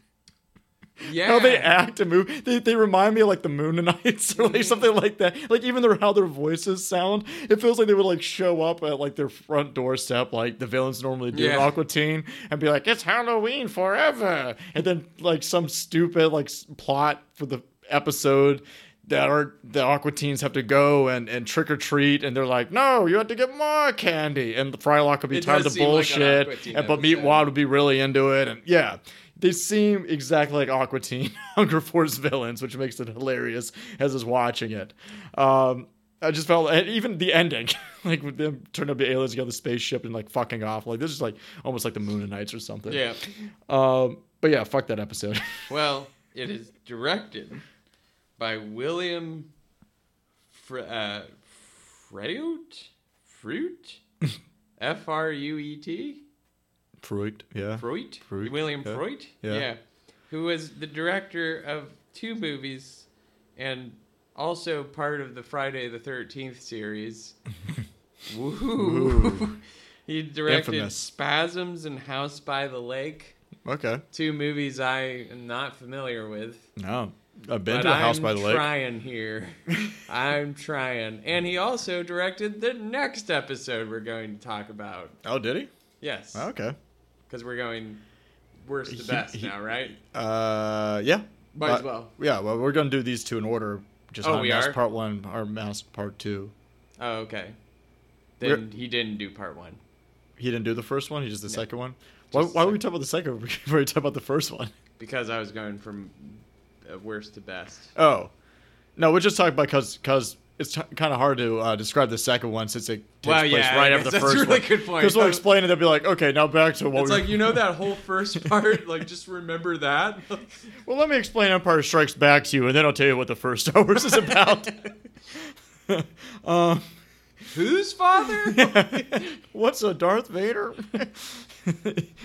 yeah.
how they act and move. They, they remind me of like the Moon Knights
Mm-hmm.
or like something like that. Like even their how their voices sound, it feels like they would like show up at like their front doorstep, like the villains normally do in
Yeah.
Aqua Teen, and be like, "It's Halloween forever," and then like some stupid like s- plot for the episode. That are the Aqua Teens have to go and, and trick or treat, and they're like, "No, you have to get more candy." And the Frylock would be
It
tired
does
of the
seem like an Aqua
bullshit,
Teen
and, but Meat
episode.
Wad would be really into it, and yeah, they seem exactly like Aqua Teen Hunger Force villains, which makes it hilarious as is watching it. Um, I just felt, and even the ending, like with them turning up the aliens together, the spaceship, and like fucking off, like this is like almost like the Moon and Knights or something.
yeah.
Um, but yeah, fuck that episode.
Well, it is directed by William Fr- uh, Freut? Fruit? F R U E T?
Freud, yeah.
Freut?
Freut,
William
yeah.
Freut?
Yeah.
Who was the director of two movies and also part of the Friday the 13th series. Woohoo! he directed
Infamous.
Spasms and House by the Lake,
Okay.
two movies I am not familiar with.
No, I've been
But
to the house
I'm
by the lake.
trying here. I'm trying. And he also directed the next episode we're going to talk about.
oh, did he? Oh,
Yes.
Okay.
Because we're going worst to
He-
best
he-
now, right?
Uh, yeah.
Might as
Uh,
well.
Yeah, well, we're gonna do these two in order. Just
Oh,
Haunted
we
Mask
are?
part one, or mask part two.
Oh, okay.
We're-
Then he didn't do part one.
He didn't do the first one. He just the
No.
second one. Why,
Just the
why would we talk about the second one before we talk about the first one?
Because I was going from uh, worst to best.
Oh, no, we just talked about because because it's t- kind of hard to uh, describe the second one since it takes
Well,
place
yeah, I
right
guess
after the
that's
first
a really
one.
good point.
Because we'll explain it, they'll be like, okay, now back to what
It's
we.
like you know that whole first part. Like just remember that.
well, let me explain Empire Strikes Back to you, and then I'll tell you what the first Star Wars is about. um,
Whose father?
what's a Darth Vader?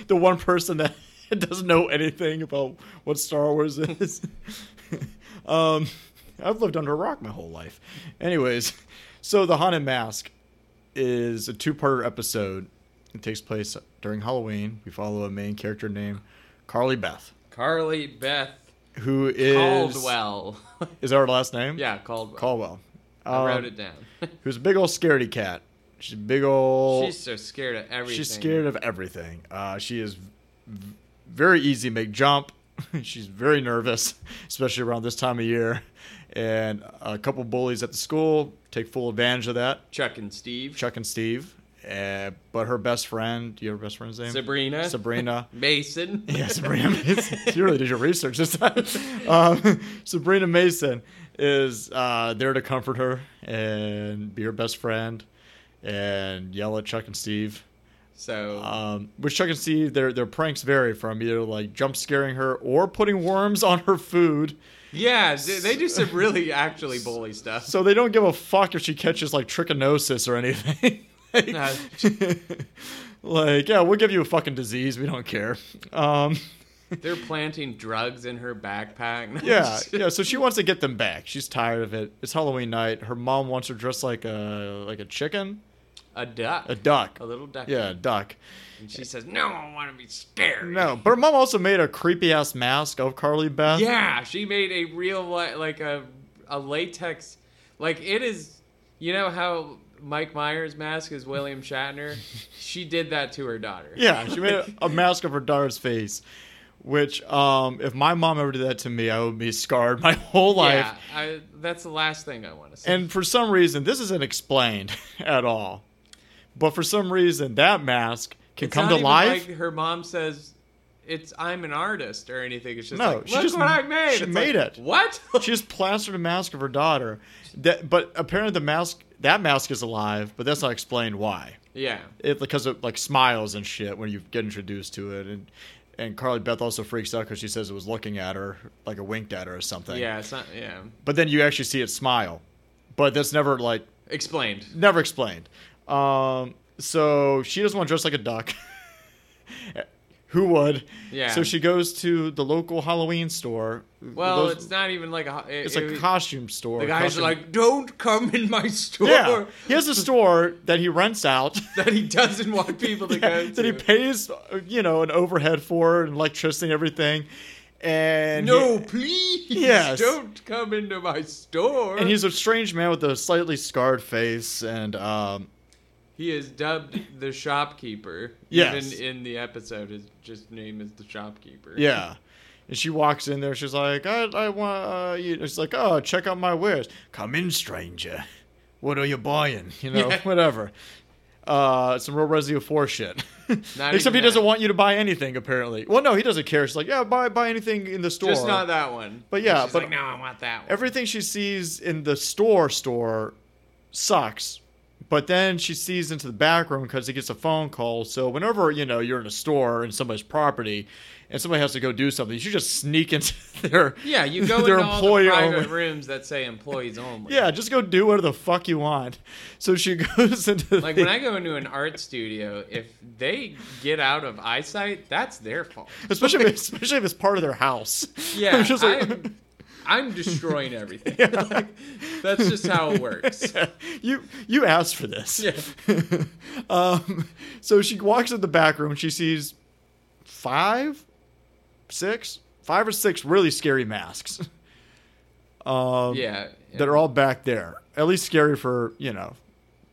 the one person that doesn't know anything about what Star Wars is. um, I've lived under a rock my whole life. Anyways, so the Haunted Mask is a two-parter episode. It takes place during Halloween. We follow a main character named Carly Beth,
Carly Beth
who is
Caldwell.
Is that her last name?
yeah, Caldwell.
Caldwell.
I wrote
Um,
it down.
Who's a big old scaredy cat? She's a big old.
She's so scared of everything.
She's scared of everything. Uh, she is v- very easy to make jump. She's very nervous, especially around this time of year. And a couple bullies at the school take full advantage of that.
Chuck and Steve.
Chuck and Steve. Uh, but her best friend, do you have her best friend's name?
Sabrina.
Sabrina.
Mason.
Yeah, Sabrina Mason. You really did your research this time. Um, Sabrina Mason is uh, there to comfort her and be her best friend and yell at Chuck and Steve.
So
Um, which Chuck and Steve, their their pranks vary from either like jump scaring her or putting worms on her food,
yeah, they, they do some really actually bully stuff.
so they don't give a fuck if she catches like trichinosis or anything. like,
Nah.
like, yeah, we'll give you a fucking disease. We don't care. Um,
They're planting drugs in her backpack.
yeah, yeah. So she wants to get them back. She's tired of it. It's Halloween night. Her mom wants her dressed like a like a chicken,
A duck.
a duck.
A little duck.
Yeah, a duck.
And she says, "No, I want to be scared."
No, but her mom also made a creepy ass mask of Carly Beth.
Yeah, she made a real li- like a a latex like it is you know how Mike Myers mask is William Shatner? she did that to her daughter.
Yeah, she made a, a mask of her daughter's face, which, um, if my mom ever did that to me, I would be scarred my whole life.
Yeah, I, that's the last thing I want to say.
And for some reason, this isn't explained at all. But for some reason, that mask can
It's
come
not
to
even
life.
Like her mom says, "It's I'm an artist" or anything. It's just
No,
like,
she
look
just-
what I made.
she
It's
made
like,
it.
What?
she just plastered a mask of her daughter. That, but apparently, the mask that mask is alive, but that's not explained why.
yeah,
it because it like smiles and shit when you get introduced to it and and Carly Beth also freaks out because she says it was looking at her like it winked at her or something.
yeah, it's not. Yeah,
But then you actually see it smile, but that's never like
explained.
never explained. Um, so she doesn't want to dress like a duck. Who would?
Yeah.
So she goes to the local Halloween store.
Well,
Those-
it's not even like a. It,
it's
it
a
was-
costume store.
the guys
costume-
are like, "Don't come in my store."
yeah. He has a store that he rents out.
that he doesn't want people to
Yeah,
go to.
that he pays, uh, you know, an overhead for and electricity and everything. And
no,
he-
please
Yes.
don't come into my store.
and he's a strange man with a slightly scarred face, and um,
he is dubbed the shopkeeper.
Yes.
Even in the episode, his just name is the shopkeeper.
yeah. And she walks in there. She's like, I, I want. Uh, you. It's like, oh, check out my wares. Come in, stranger. What are you buying? You know,
Yeah.
whatever. Uh, some real Resident Evil 4 shit. Except he
even that.
doesn't want you to buy anything, apparently. Well, no, he doesn't care. She's like, yeah, buy buy anything in the store.
Just not that one.
But yeah,
She's
but-
like, no, I want that one.
everything she sees in the store store sucks but then she sees into the back room because he gets a phone call so whenever you know you're in a store in somebody's property and somebody has to go do something you should just sneak into their
yeah, you go
their
into all the
employer
private
only.
rooms that say employees only.
yeah just go do whatever the fuck you want so she goes into
Like
the,
when I go into an art studio, if they get out of eyesight, that's their fault.
especially if, especially if it's part of their house
Yeah,
I'm just like-
I'm, I'm destroying everything.
Yeah.
Like, that's just how it works.
Yeah, You you asked for this.
Yeah.
um, so she walks in the back room. She sees five, six, five or six really scary masks. Um,
Yeah.
That are all back there. At least scary for you know,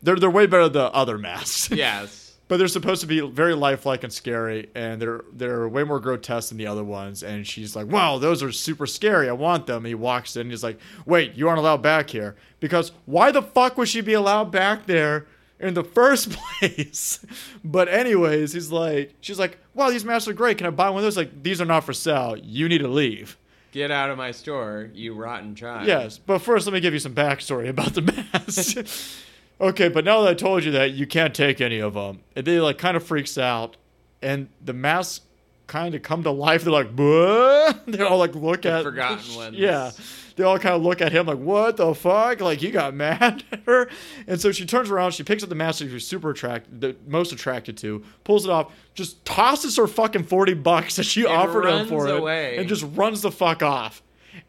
they're they're way better than the other masks.
Yes.
But they're supposed to be very lifelike and scary, and they're they're way more grotesque than the other ones. And she's like, "Wow, those are super scary. I want them." And he walks in, and he's like, "Wait, you aren't allowed back here because why the fuck would she be allowed back there in the first place?" but anyways, he's like, she's like, "Wow, these masks are great. Can I buy one of those?" Like, these are not for sale. You need to leave.
Get out of my store, you rotten child.
Yes, but first let me give you some backstory about the mask. okay, but now that I told you that, you can't take any of them. And they like kind of freaks out, and the masks kind of come to life. They're like, "What?" They all like look
The
at
forgotten ones.
Yeah, they all kind of look at him like, "What the fuck?" Like he got mad at her, and so she turns around. She picks up the mask that she's super attracted, the most attracted to, pulls it off, just tosses her fucking forty bucks that she offered him
runs
for
away.
it, and just runs the fuck off.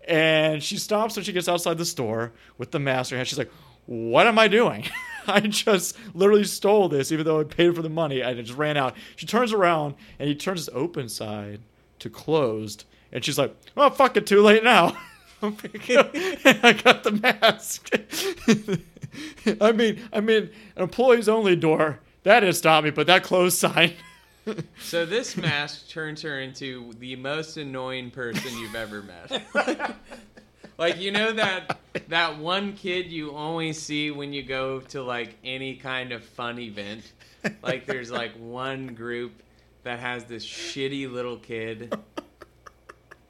And she stops when she gets outside the store with the mask in her hand. She's like, "What am I doing?" I just literally stole this, even though I paid for the money. I just ran out. She turns around and he turns his open side to closed, and she's like, "Oh fuck it, too late now." I got the mask. I mean, I mean, an employees only door that didn't stop me, but that closed sign.
So this mask turns her into the most annoying person you've ever met. like you know that that one kid you only see when you go to like any kind of fun event. Like there's like one group that has this shitty little kid.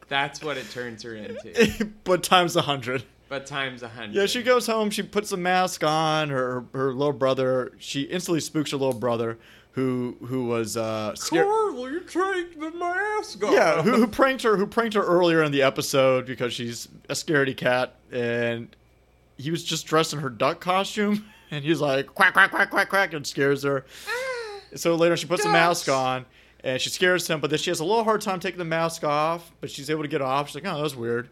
That's what it turns her into.
but times a hundred.
But times a hundred.
Yeah, she goes home. She puts a mask on. Her her little brother. She instantly spooks her little brother, who who was uh, scared.
Carl, you take the mask off.
Yeah, who, who pranked her? Who pranked her earlier in the episode because she's a scaredy cat, and he was just dressed in her duck costume, and he's like quack quack quack quack quack and scares her. So later she puts a mask
Ducks.
on and she scares him, but then she has a little hard time taking the mask off, but she's able to get off. She's like, oh, that's weird.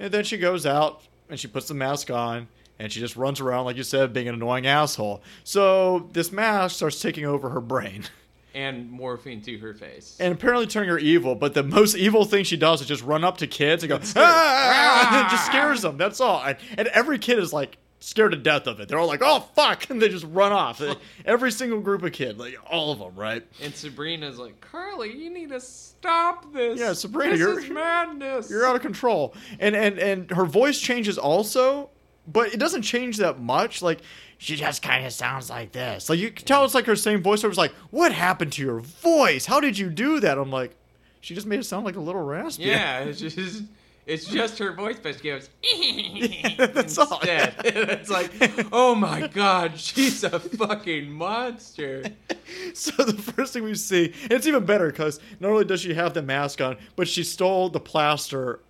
And then she goes out and she puts the mask on and she just runs around, like you said, being an annoying asshole. So this mask starts taking over her brain
and morphing to her face.
and apparently turning her evil. But the most evil thing she does is just run up to kids and go, ah, and then just scares them. That's all. And, and every kid is like scared to death of it. They're all like, oh, fuck. And they just run off. every single group of kid, like all of them, right?
And Sabrina's like, Carly, you need to stop this.
Yeah, Sabrina,
this
you're-
is madness.
you're out of control and and and her voice changes also but it doesn't change that much like she just kind of sounds like this like you can tell it's like her same voiceover was like what happened to your voice how did you do that i'm like she just made it sound like a little raspy
Yeah, it's just it's just her voice, but she goes.
that's all.
instead. it's like, oh my god, she's a fucking monster.
so the first thing we see and it's even better because not only does she have the mask on but she stole the plaster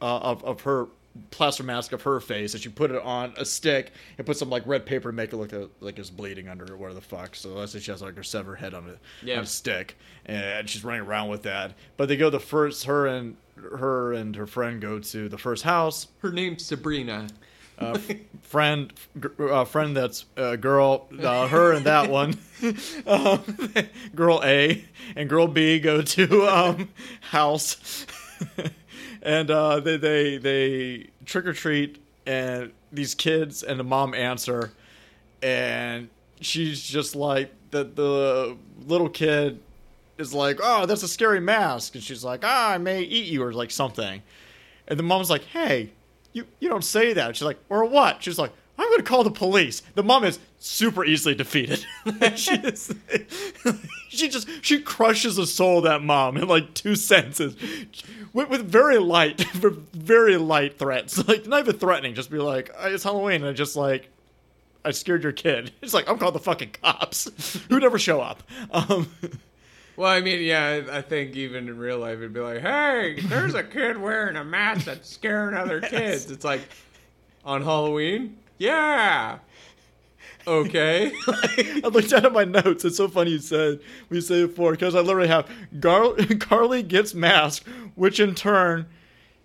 uh, of, of her plaster mask of her face and she put it on a stick and put some like red paper to make it look uh, like it's bleeding under it where the fuck so that's it she has like her severed head on a,
Yeah.
on a stick and she's running around with that but they go the first her and her and her friend go to the first house
Her name's Sabrina.
uh, f- friend, gr- uh, friend that's uh, girl, uh, her and that one, um, girl A and girl B go to um, house, and uh, they they they trick or treat, and these kids and the mom answer, and she's just like the the little kid is like, oh, that's a scary mask, and she's like, ah, I may eat you or like something. And the mom's like, hey, you, you don't say that. She's like, or what? She's like, I'm going to call the police. The mom is super easily defeated. she, is, she just, she crushes the soul of that mom in like two sentences with, with very light, with very light threats. Like, not even threatening, just be like, "Uh, it's Halloween. And I just like, I scared your kid. It's like, I'm called the fucking cops who never show up. Um,
Well, I mean, yeah, I I think even in real life, it'd be like, hey, there's a kid wearing a mask that's scaring other kids. It's like, on Halloween? Yeah. Okay.
I looked down at my notes. It's so funny you said we say it before because I literally have Gar- Carly gets masked, which in turn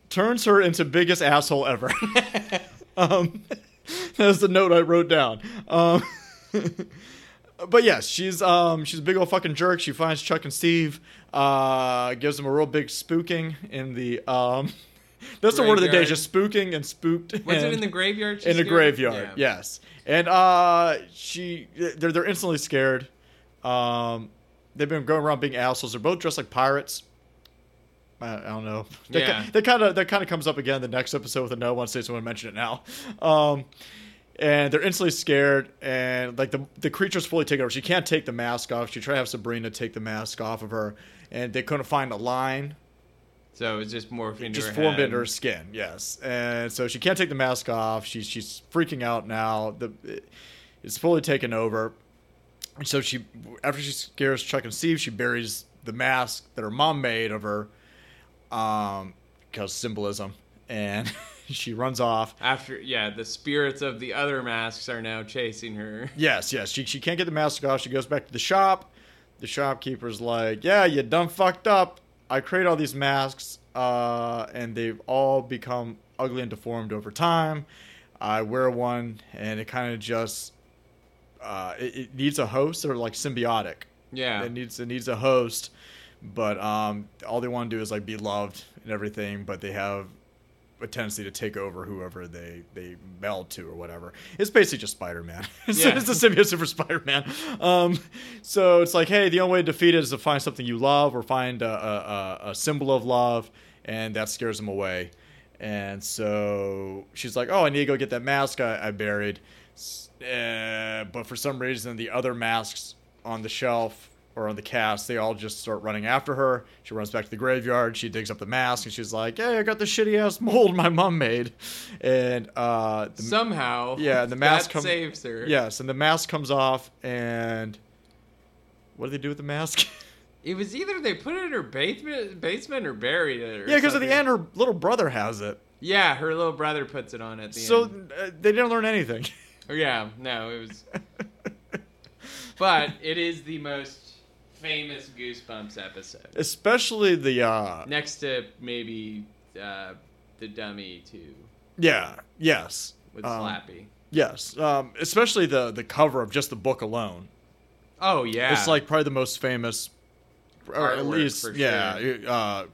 turns her into biggest asshole ever. um, that's the note I wrote down. Um, but yes, she's um, she's a big old fucking jerk. She finds Chuck and Steve, uh, gives them a real big spooking in the um, that's the word of the day,
Graveyard.
just spooking and spooked.
Was it
and-
in the graveyard? she
in a
scared?
graveyard.
Yeah.
Yes, and uh, she they're they're instantly scared. Um, they've been going around being assholes. They're both dressed like pirates. I, I don't know. That,
Yeah.
ki- that kind of that kind of comes up again in the next episode with a no one says someone mentioned it now. Um, and they're instantly scared, and like the the creature's fully taken over. She can't take the mask off. She tried to have Sabrina take the mask off of her, and they couldn't find a line
So it was just morphed into
just
her
formed
head.
into her skin. Yes, and so she can't take the mask off. She's she's freaking out now. The it- it's fully taken over. And so she, after she scares Chuck and Steve, she buries the mask that her mom made of her, um, because symbolism, and she runs off.
After yeah, the spirits of the other masks are now chasing her.
Yes, yes. She, she can't get the mask off. She goes back to the shop. The shopkeeper's like, Yeah, you done fucked up. I create all these masks, uh, and they've all become ugly and deformed over time. I wear one, and it kind of just uh, it, it needs a host or like symbiotic.
Yeah.
It needs it needs a host, but um, all they want to do is like be loved and everything. But they have a tendency to take over whoever they they meld to or whatever. It's basically just Spider Man. it's,
Yeah.
it's the symbiote for Spider Man. Um, so it's like, hey, the only way to defeat it is to find something you love or find a, a, a, a symbol of love, and that scares them away. And so she's like, oh, I need to go get that mask I, I buried. S- Uh, but for some reason, the other masks on the shelf or on the cast, they all just start running after her. She runs back to the graveyard. She digs up the mask and she's like, "Hey, I got the shitty ass mold my mom made," and uh, the,
Somehow.
yeah, the mask
that
come-
saves her.
yes, and the mask comes off. And what do they do with the mask?
It was either they put it in her basement, basement or buried it. Or
yeah, because at the
something.
end, her little brother has it,
Yeah, her little brother puts it on at the
so
end.
uh, they didn't learn anything.
So yeah, no, it was. But it is the most famous Goosebumps episode,
especially the uh,
next to maybe uh, the Dummy too
yeah, yes,
with
um,
Slappy.
yes, um, especially the the cover of just the book alone.
Oh yeah,
It's like probably the most famous, or at
Artwork,
least,
for
yeah,
sure.
it, uh,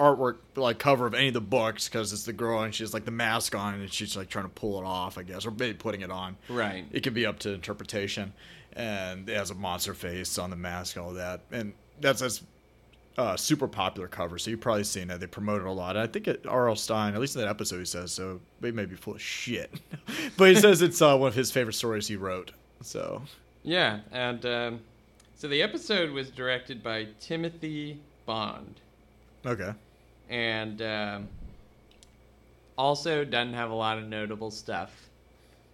artwork like cover of any of the books because it's the girl and she's like the mask on and she's like trying to pull it off, I guess, or maybe putting it on.
right.
It could be up to interpretation, and it has a monster face on the mask and all that, and that's that's uh, super popular cover. So you've probably seen that they promote it a lot. I think it, R.L. Stein, at least in that episode, he says so. They may be full of shit, but he says it's uh, one of his favorite stories he wrote. So
Yeah, and um, so the episode was directed by Timothy Bond,
okay,
and um, also doesn't have a lot of notable stuff.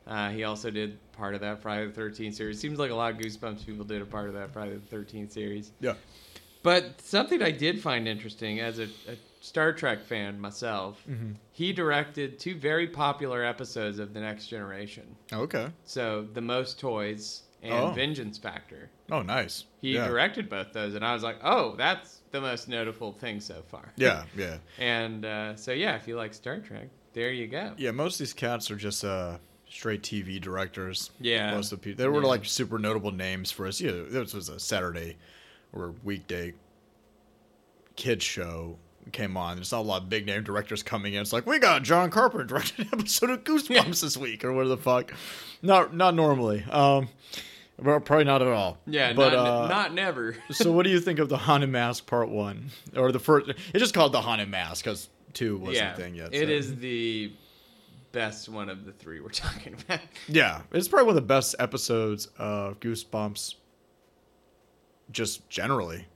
Uh, he also did part of that Friday the Thirteenth series. Seems like a lot of Goosebumps people did a part of that Friday the Thirteenth series.
yeah,
But something I did find interesting as a, a Star Trek fan myself,
Mm-hmm.
he directed two very popular episodes of The Next Generation.
okay.
So The Most Toys and
Oh.
Vengeance Factor.
Oh, nice.
He
yeah.
directed both those, and I was like, oh, that's the most notable thing so far.
Yeah, yeah,
And uh, so, yeah, if you like Star Trek, there you go.
yeah. Most of these cats are just uh, straight TV directors.
Yeah.
most of the people. They were
Yeah.
like super notable names for us. Yeah, this was a Saturday or weekday kids show came on. There's not a lot of big name directors coming in. It's like we got John Carpenter directed an episode of Goosebumps
Yeah.
this week or what the fuck. Not not normally. Um, well, probably not at all.
Yeah,
but
not,
uh,
not never.
so what do you think of the haunted mask part one or the first it's just called the haunted mask because two wasn't
yeah,
a thing yet
it
so-
is the best one of the three we're talking about.
yeah it's probably one of the best episodes of goosebumps just generally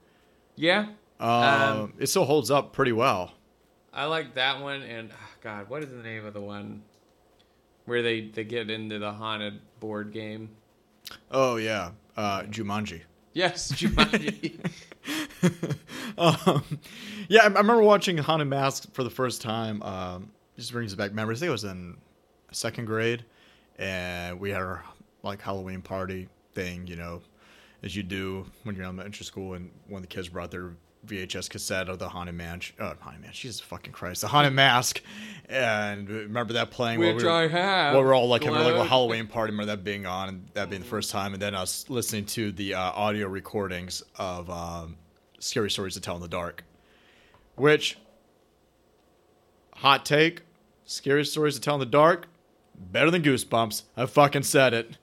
yeah.
um,
Um,
it still holds up pretty well
I like that one, and ah, God, what is the name of the one where they they get into the haunted board game?
oh yeah uh jumanji
Yes, Jumanji.
um, yeah I, I remember watching haunted mask for the first time um it just brings back memories i think it was in second grade and we had our like halloween party thing you know as you do when you're in elementary school and one of the kids brought their VHS cassette of the Haunted Mansion. Oh, Haunted Mansion. Jesus fucking Christ. The Haunted Mask. And remember that playing while
Which
we were,
I have
while we were all like having like a
glowed.
Halloween party. Remember that being on and that being the first time. And then us listening to the uh, audio recordings of um, Scary Stories to Tell in the Dark. Which, hot take, Scary Stories to Tell in the Dark, better than Goosebumps. I fucking said it.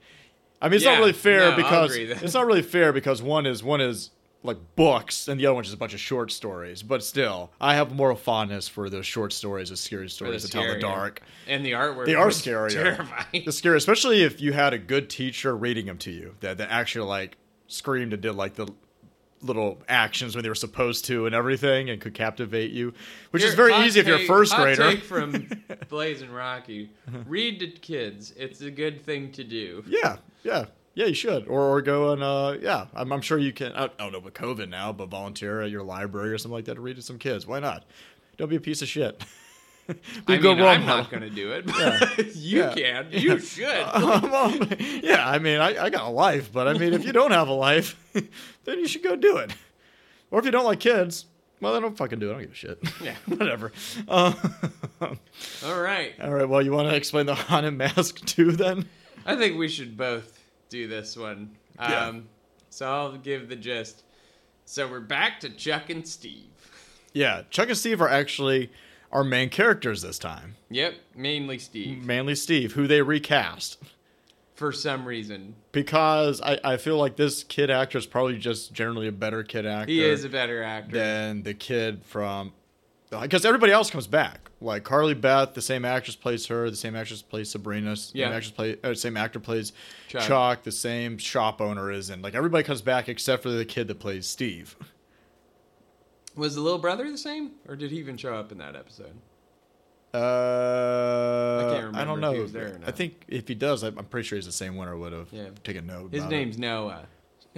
I mean, it's
Yeah,
not really fair
no, I'll
because
agree that.
it's not really fair because one is one is like books and the other one's just a bunch of short stories. But still, I have more fondness for those short stories of scary stories to tell in the
scarier.
dark.
and the artwork.
They are
was
scarier.
Terrifying.
The scary, especially if you had a good teacher reading them to you that that actually like screamed and did like the little actions when they were supposed to and everything and could captivate you, which
Here-
is very
hot
easy if you're a
take-
first
hot
grader.
Take from Blaze and Rocky: read to kids. It's a good thing to do.
Yeah, yeah, yeah. You should, or or go and uh, yeah. I'm, I'm sure you can. I don't know about COVID now, but volunteer at your library or something like that to read to some kids. Why not? Don't be a piece of shit. Be a
I
good
mean,
role
I'm
model.
not going to do it, but you
Yeah. Uh-huh.
can. You should.
Well, yeah, I mean, I, I got a life, but I mean, if you don't have a life, then you should go do it. Or if you don't like kids, well, then don't fucking do it. I don't give a shit.
Yeah.
whatever. Uh,
All right.
all right. Well, you want to explain the haunted mask too, then?
I think we should both do this one. Um,
Yeah.
So I'll give the gist. So we're back to Chuck and Steve.
Yeah, Chuck and Steve are actually our main characters this time.
Yep, mainly Steve.
Manly Steve, who they recast.
For some reason,
Because I, I feel like this kid actor is probably just generally a better kid actor
he is a better actor.
than the kid from. Because everybody else comes back. Like Carly Beth, the same actress plays her, the same actress plays Sabrina, the
Yeah.
same, actress play, uh, same actor plays
Chuck.
Chuck. the same shop owner is in. Like everybody comes back except for the kid that plays Steve.
Was the little brother the same, or did he even show up in that episode?
Uh, I,
can't remember
don't
if
know.
he was there or
I
not.
think if he does, I- I'm pretty sure he's the same one I would have
Yeah.
taken note.
His
about it.
name's Noah.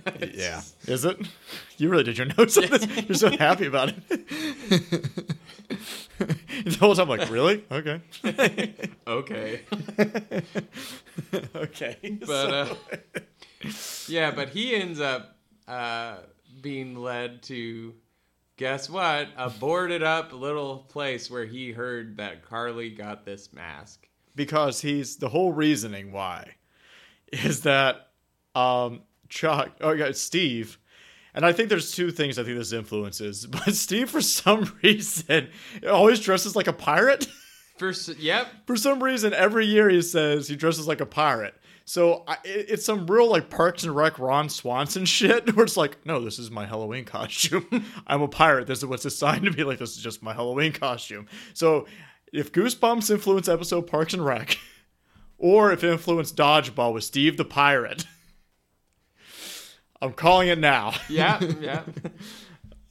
Yeah. Is it? You really did your notes on this. You're so happy about it. the whole time, like, really? Okay.
Okay.
okay.
But uh, yeah, but he ends up uh, being led to guess what? A boarded up little place where he heard that Carly got this mask.
because he's the whole reasoning why is that um Chuck oh yeah Steve and I think there's two things I think this influences but Steve for some reason always dresses like a pirate
First, yep,
for some reason every year he says he dresses like a pirate so I, it, it's some real like Parks and Rec Ron Swanson shit where it's like no this is my Halloween costume I'm a pirate this is what's assigned to me like this is just my Halloween costume so if Goosebumps influenced episode Parks and Rec or if it influenced Dodgeball with Steve the pirate I'm calling it now
yep, yep.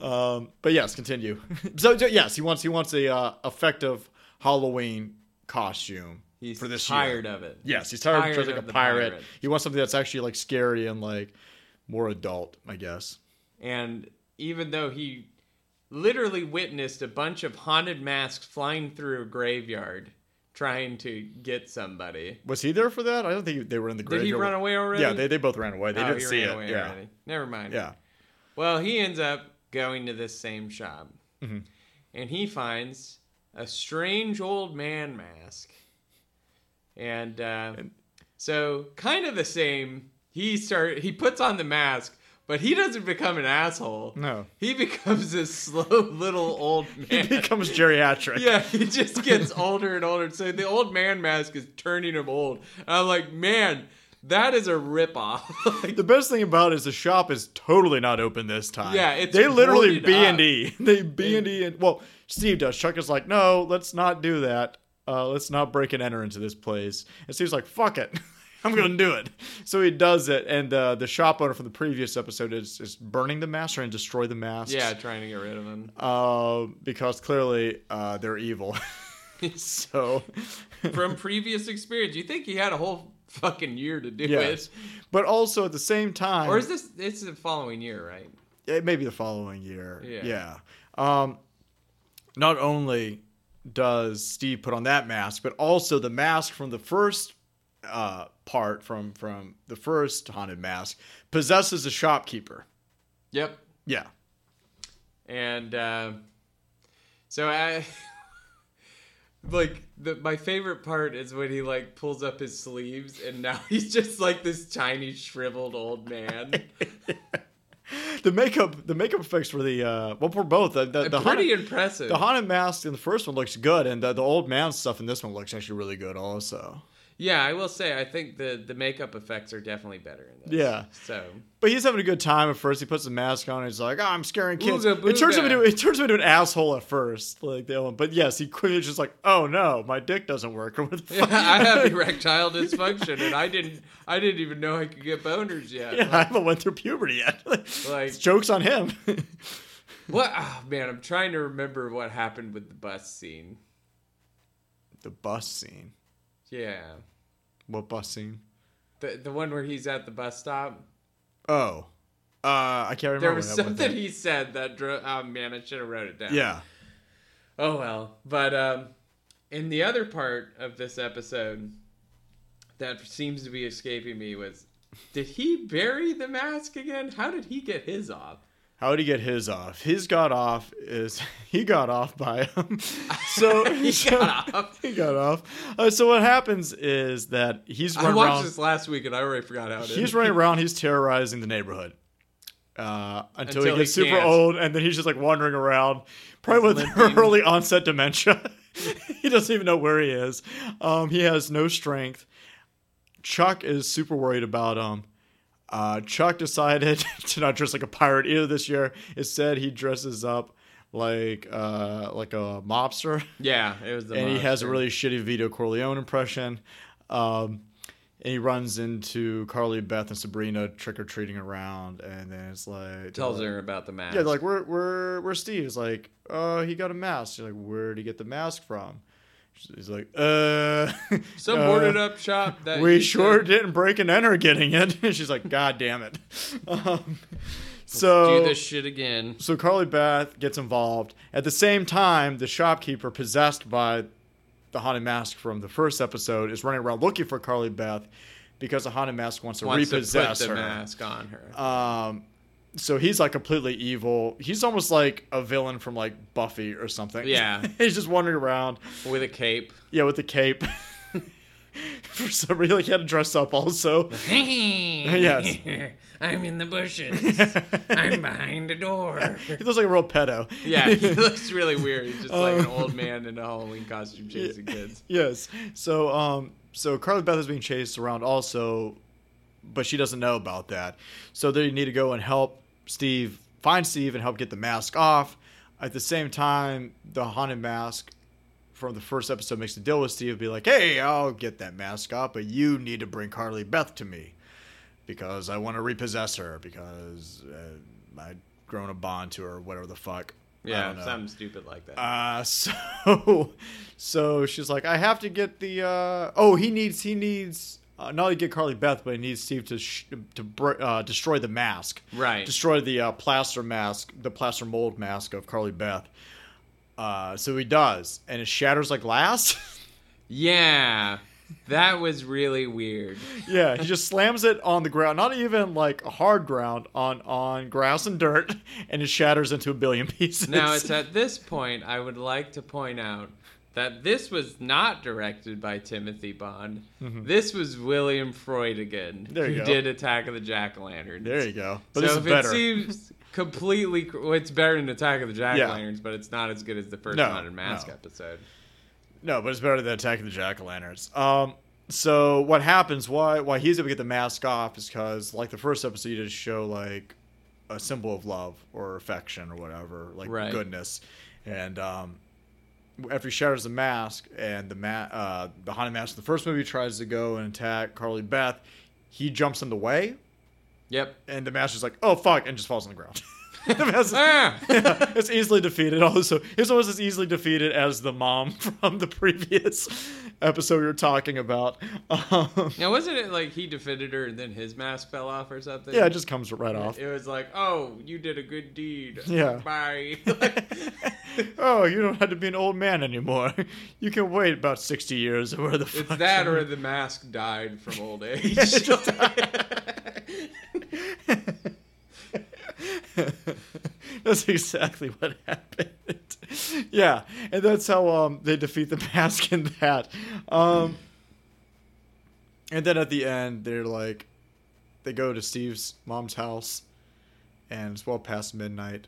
um, but yes, continue. so so yes, he wants he wants a uh, effective Halloween costume
He's
for this
tired
year.
of it.
Yes, he's tired,
tired
of dressing
of
like
the
a pirate.
pirate.
He wants something that's actually like scary and like more adult, I guess.
And even though he literally witnessed a bunch of haunted masks flying through a graveyard trying to get somebody.
Was he there for that? I don't think they were in the
Did
graveyard.
he run away already?
Yeah, they, they both ran away. They
Oh,
didn't
he
see
ran
it.
away
yeah.
already. Never mind.
Yeah.
Well, he ends up going to this same shop,
Mm-hmm.
and he finds a strange old man mask, and, uh, so kind of the same. He start he puts on the mask, but he doesn't become an asshole.
No.
he becomes a slow little old
He
man.
becomes geriatric.
Yeah, he just gets older and older. So the old man mask is turning him old. And I'm like, man, that is a ripoff. like,
The best thing about it is the shop is totally not open this time.
Yeah, it's
they literally
boarded
B and E. They B and E and well, Steve does. Chuck is like, no, let's not do that. Uh, let's not break and enter into this place. And Steve's like, fuck it, I'm gonna do it. So he does it, and uh, the shop owner from the previous episode is is burning the mask and destroy the masks.
yeah, trying to get rid of him.
Uh, because clearly uh, they're evil. so
from previous experience. You think he had a whole fucking year to do
yes,
it,
but also at the same time,
or is this? It's the following year, right?
it may be the following year.
Yeah.
Yeah. Um, not only does Steve put on that mask, but also the mask from the first uh, part from from the first haunted mask possesses a shopkeeper.
Yep.
Yeah.
And uh, so I, like, the, my favorite part is when he like pulls up his sleeves, and now he's just like this tiny shriveled old man.
The makeup the makeup effects for the uh, well for both the the, the
Pretty
haunted,
impressive.
the haunted mask in the first one looks good, and the, the old man stuff in this one looks actually really good also.
Yeah, I will say I think the the makeup effects are definitely better in this.
Yeah.
So
But he's having a good time at first. He puts the mask on. And he's like, "Oh, I'm scaring kids."
Ooga
it turns him
booga.
into it turns him into an asshole at first, like the Ellen. But yes, he quickly just like, "Oh no, my dick doesn't work." Or what the fuck?
I have erectile dysfunction, and I didn't I didn't even know I could get boners yet.
yeah, I haven't went through puberty yet.
Like-
like, jokes on him.
What? Oh, man, I'm trying to remember what happened with the bus scene.
the bus scene.
Yeah,
What bus scene?
the the one where he's at the bus stop.
Oh, uh, I can't remember.
There was
that one
something
thing.
he said that drove. Oh man, I should have wrote it down.
Yeah.
Oh well, but um, in the other part of this episode, that seems to be escaping me was, did he bury the mask again? How did he get his off?
How did he get his off? His got off is he got off by him. So
He
so-
got off.
He got off. Uh, so what happens is that he's
I
running
watched
around.
this last week and I already forgot how it
He's
is.
running around. He's terrorizing the neighborhood uh, until,
Until
he
he
gets super
can't.
old, and then he's just like wandering around, probably with
limping.
early onset dementia. he doesn't even know where he is. Um, he has no strength. Chuck is super worried about him. Uh, Chuck decided to not dress like a pirate either this year. Instead, he dresses up like uh, like a mobster
Yeah, it was the.
and he has a
monster.
really shitty Vito Corleone impression. Um, and he runs into Carly, Beth, and Sabrina trick or treating around, and then it's like
tells
they're like-
her about the mask.
yeah, they're like we're we're we're Steve. He's like, oh, he got a mask. She's like, where did he get the mask from? He's like, uh,
some
uh,
boarded up shop that
We
he
sure
said-
didn't break and enter getting it. And she's like, God damn it. Um, so
do this shit again.
so Carly Beth gets involved. At the same time, the shopkeeper possessed by the haunted mask from the first episode is running around looking for Carly Beth because the haunted mask wants to
Wants to put
repossess
the
her.
mask on her.
Um, so he's like completely evil. He's almost like a villain from like Buffy or something.
Yeah.
he's just wandering around.
with a cape.
Yeah, with the cape. for some reason, like, he had to dress up also.
yes. I'm in the bushes. I'm behind a door.
He looks like a real pedo.
Yeah, he looks really weird. He's just like an
Oh.
old man in a Halloween costume chasing kids.
yes. So um so Carly Beth is being chased around also, but she doesn't know about that. So they need to go and help Steve find Steve and help get the mask off. At the same time, the haunted mask from the first episode makes a deal with Steve be like, Hey, I'll get that mask off, but you need to bring Carly Beth to me because I want to repossess her because uh, I've grown a bond to her, whatever the fuck. I don't
Yeah,
know.
something stupid like that.
Uh, so, so she's like, I have to get the. Uh, oh, he needs. He needs. Uh, not only get Carly Beth, but he needs Steve to sh- to br- uh, destroy the mask.
Right.
Destroy the uh, plaster mask, the plaster mold mask of Carly Beth. Uh, so he does, and it shatters like glass.
yeah, that was really weird.
yeah, he just slams it on the ground, not even like hard ground, on on grass and dirt, and it shatters into a billion pieces.
Now, it's at this point I would like to point out that this was not directed by Timothy Bond. This was William Freud again,
Mm-hmm. There you
who
go.
did Attack of the Jack O' Lantern.
there you go. But
so
this is
if
better.
it seems completely, cr- well, it's better than Attack of the Jack
Yeah.
O' Lanterns, but it's not as good as the first
No,
Modern Mask
no.
episode.
No, but it's better than attacking the jack o' lanterns. Um, so what happens? Why why he's able to get the mask off is because like the first episode, you just show like a symbol of love or affection or whatever, like
Right.
goodness. And um, after he shatters the mask and the ma- uh, the haunted mask in the first movie tries to go and attack Carly Beth, he jumps in the way,
Yep.
and the mask is like, oh fuck, and just falls on the ground. the mask is-
Ah!
yeah, it's easily defeated. Also, it's almost as easily defeated as the mom from the previous episode we were talking about. Um,
now, wasn't it like he defended her and then his mask fell off or something?
yeah, it just comes right off.
It was like, oh, you did a good deed.
Yeah.
Bye.
oh, you don't have to be an old man anymore. You can wait about sixty years or where the
it's
fuck-
that or the mask died from old age.
Yeah, it just- that's exactly what happened. yeah, and that's how um, they defeat the mask in that. Um, and then at the end, they're like, they go to Steve's mom's house, and it's well past midnight.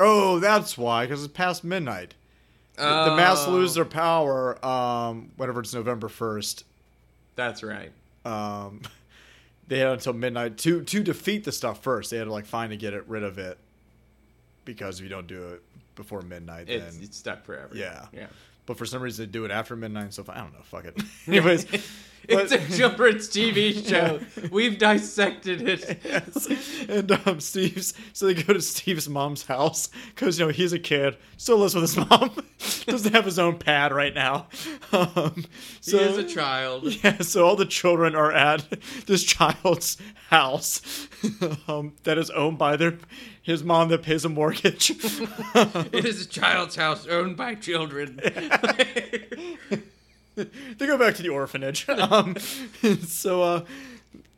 Oh, that's why, because it's past midnight. The, the masks
Oh.
lose their power um, whenever it's November first.
That's right.
Um, they had until midnight to to defeat the stuff first. They had to like find to get it rid of it because if you don't do it before midnight,
It's,
then
it's stuck forever.
Yeah.
Yeah.
but for some reason they do it after midnight. So I don't know. Fuck it. Anyways, but-
it's a children's TV show. We've dissected it.
Yes. And um, Steve's, so they go to Steve's mom's house because you know he's a kid, still lives with his mom, doesn't have his own pad right now. Um, so,
he is a child.
Yeah, so all the children are at this child's house um, that is owned by their his mom that pays a mortgage.
It is a child's house owned by children.
they go back to the orphanage. Um, so uh,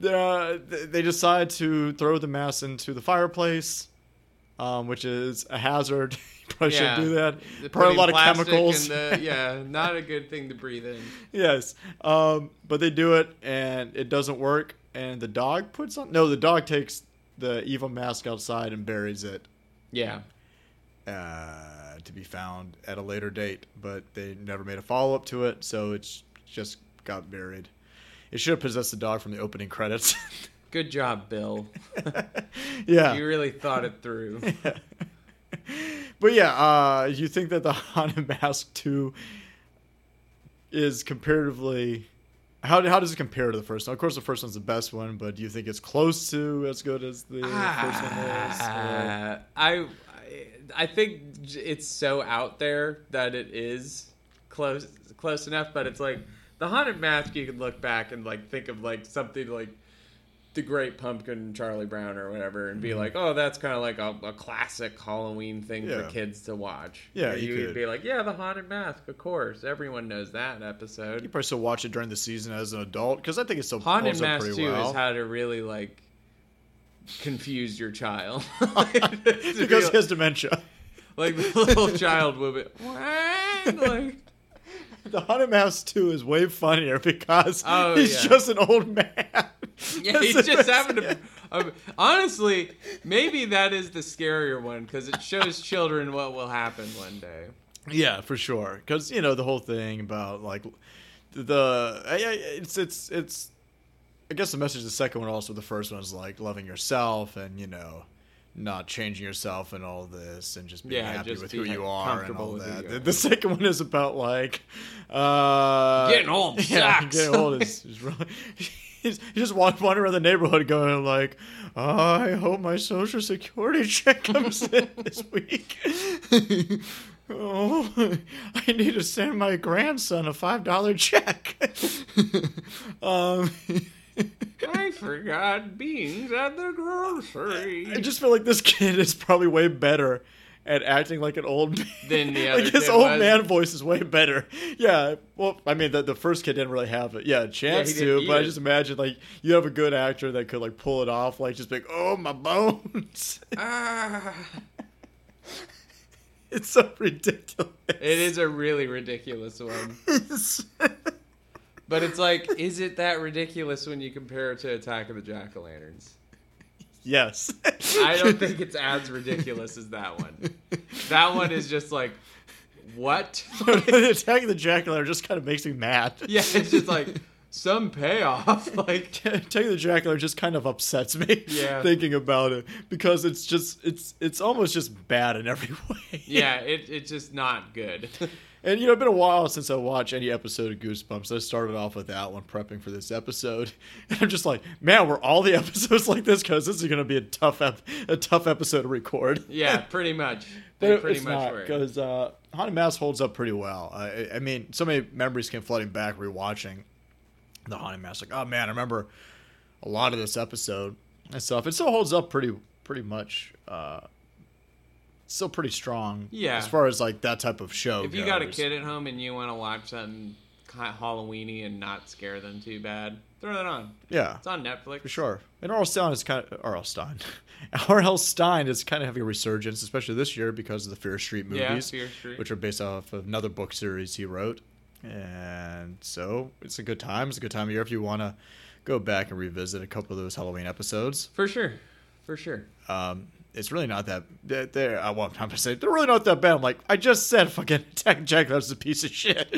they, uh, they decide to throw the mass into the fireplace, um, which is a hazard. You Probably
Yeah.
shouldn't do that.
They're
Probably
putting
a lot of
plastic
chemicals.
in the- yeah, not a good thing to breathe in.
yes, um, but they do it, and it doesn't work. And the dog puts on. No, the dog takes the evil mask outside and buries it.
Yeah.
Uh, to be found at a later date, but they never made a follow up to it, so it's just got buried. It should have possessed the dog from the opening credits.
Good job, Bill. You
yeah.
really thought it through.
But yeah, uh, you think that the Haunted Mask 2 is comparatively. How, how does it compare to the first one? Of course, the first one's the best one, but do you think it's close to as good as the first one is? or-
Ah, I I think j- it's so out there that it is close close enough, but it's like the haunted mask. You can look back and like think of like something like the Great Pumpkin, Charlie Brown, or whatever, and be
Mm-hmm.
like, oh, that's kind of like a, a classic Halloween thing
Yeah.
for kids to watch.
Yeah,
Or
you
you would
could.
be like, yeah, the haunted mask, of course, everyone knows that episode.
You probably still watch it during the season as an adult because I think it's still
Haunted
holds up
Mask
pretty
2
well.
is how to really like confuse your child. To be
because he has dementia.
like, like the little child will be what? Like
The Haunted Mask 2 is way funnier because
Oh,
he's
yeah.
just an old man.
yeah, he's just having to um, honestly, maybe that is the scarier one because it shows children what will happen one day.
Yeah, for sure. Because you know the whole thing about like the I- I- it's it's it's. I guess the message of the second one also the first one is like loving yourself and you know not changing yourself and all this and just being
Yeah,
happy
just
with
be
who you
ha-
are and
comfortable
all
with who
that.
you
The,
are.
the second one is about like uh,
Getting old
Yeah,
sucks.
getting old is, is really. He's he's just wa- wandering around the neighborhood going like, I hope my social security check comes in this week. oh, I need to send my grandson a five dollar check. um,
I forgot beans at the grocery.
I just feel like this kid is probably way better at acting like an old man.
Than the
like
other
his
kid
old
was.
man voice is way better. Yeah. Well, I mean, the, the first kid didn't really have it. Yeah, a chance
he
to.
didn't
But I
either.
just imagine like you have a good actor that could like pull it off. Like just be like, oh my bones.
Ah.
it's so ridiculous.
it is a really ridiculous one.
is.
But it's like, is it that ridiculous when you compare it to Attack of the Jack O' Lanterns?
yes.
I don't think it's as ridiculous as that one. That one is just like, what?
Attacking the jack o' lantern just kind of makes me mad.
yeah, it's just like some payoff. Like,
Taking the Dracula just kind of upsets me
Yeah.
thinking about it because it's just it's it's almost just bad in every way.
yeah, it, it's just not good.
And you know, it's been a while since I watched any episode of Goosebumps. I started off with that one prepping for this episode, and I'm just like, man, were all the episodes like this? Because this is gonna be a tough ep- a tough episode to record.
Yeah, pretty much.
But
They
it-
pretty
it's
much
not
were.
because uh, Haunted Mask holds up pretty well. I, I mean, so many memories came flooding back rewatching the Haunted Mask. Like, oh man, I remember a lot of this episode and stuff. It still holds up pretty pretty much. Uh, still pretty strong.
Yeah.
As far as like that type of show.
If you got a
goes.
kid at home and you want to watch something ki- Halloweeny and not scare them too bad, throw that on.
Yeah.
It's on Netflix.
For sure. And R.L. Stein is kind of R.L. Stein. R.L. Stein is kind of having a resurgence, especially this year because of the Fear Street movies,
Yeah, Fear Street.
which are based off of another book series he wrote. And so it's a good time. It's a good time of year if you want to go back and revisit a couple of those Halloween episodes.
For sure. For sure.
Um, it's really not that they're, they're I want to say they're really not that bad. I'm like I just said, fucking Attack Jack, that's a piece of shit.